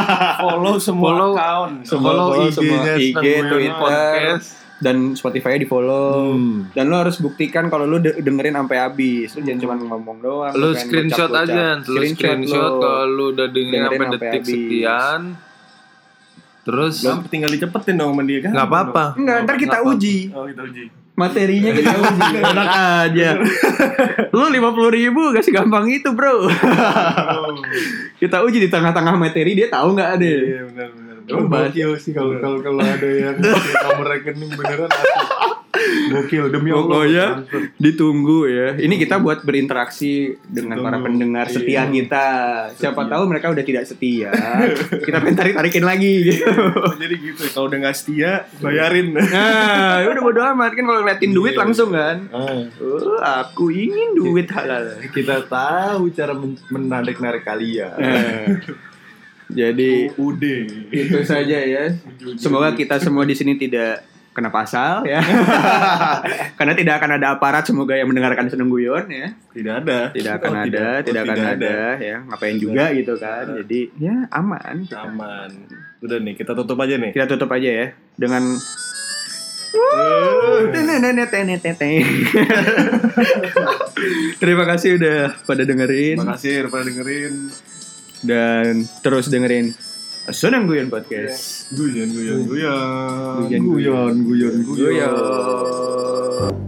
Speaker 2: [LAUGHS] follow semua
Speaker 1: Follow.
Speaker 2: account.
Speaker 1: follow
Speaker 3: follow semua
Speaker 1: IG-nya
Speaker 3: IG,
Speaker 1: Seneng Guyon
Speaker 3: Twitter. dan Spotify di follow
Speaker 1: Hmm.
Speaker 3: dan lo harus buktikan kalau lo de- dengerin sampai habis lo jangan cuma ngomong doang
Speaker 1: lu
Speaker 3: lo pengen
Speaker 1: screenshot
Speaker 3: gocap-gocap.
Speaker 1: aja lu screenshot
Speaker 3: lo.
Speaker 1: kalau lu udah dengerin
Speaker 3: Dengerin
Speaker 1: sampai
Speaker 3: sampai
Speaker 1: detik
Speaker 3: habis.
Speaker 1: sekian terus
Speaker 2: Lo tinggal dicepetin dong sama dia kan.
Speaker 1: nggak apa-apa
Speaker 3: enggak ntar kita
Speaker 1: Kenapa?
Speaker 3: uji
Speaker 2: Oh, kita uji.
Speaker 3: materinya
Speaker 1: [LAUGHS]
Speaker 3: kita uji enak aja [LAUGHS] lo lima puluh ribu gak segampang itu bro
Speaker 2: Oh,
Speaker 3: [LAUGHS] kita uji di tengah-tengah materi dia tahu nggak ada
Speaker 2: iya benar benar.
Speaker 1: Lu gokil sih kalau kalau kalau ada yang pakai nomor rekening beneran asli. gokil demi Ya Allah
Speaker 3: Pokoknya
Speaker 1: transfer.
Speaker 3: ditunggu ya ini kita buat berinteraksi dengan para
Speaker 2: Ditunggu.
Speaker 3: pendengar
Speaker 2: Iya.
Speaker 3: setia kita siapa tahu mereka udah tidak setia kita pengen tarik tarikin lagi gitu
Speaker 2: Oh, jadi gitu. Kalau udah nggak setia, bayarin.
Speaker 3: [LAUGHS] Nah, udah bodo amat kan kalau ngeliatin duit
Speaker 2: Iya.
Speaker 3: langsung kan.
Speaker 1: Ah,
Speaker 3: Oh, aku ingin duit halal.
Speaker 1: kita tahu cara men- menarik-narik kalian
Speaker 3: Nah, Jadi
Speaker 2: UD.
Speaker 3: itu saja ya. Semoga kita semua di sini tidak kena pasal
Speaker 1: [LAUGHS]
Speaker 3: ya. [LAUGHS] Karena tidak akan ada aparat semoga yang mendengarkan seneng guyon ya.
Speaker 2: Tidak ada.
Speaker 3: Tidak akan
Speaker 2: Oh,
Speaker 3: ada, tidak,
Speaker 2: Oh,
Speaker 3: akan ada. ya. Ngapain juga gitu kan. Jadi ya aman.
Speaker 2: Aman. Udah nih, kita tutup aja nih.
Speaker 3: Kita tutup aja ya dengan Terima kasih udah pada dengerin
Speaker 2: Terima kasih udah pada dengerin.
Speaker 3: dan terus dengerin Sunan Guyon Podcast.
Speaker 2: Guyon, guyon, guyon.
Speaker 3: Guyon,
Speaker 1: guyon guyon
Speaker 3: Guyon.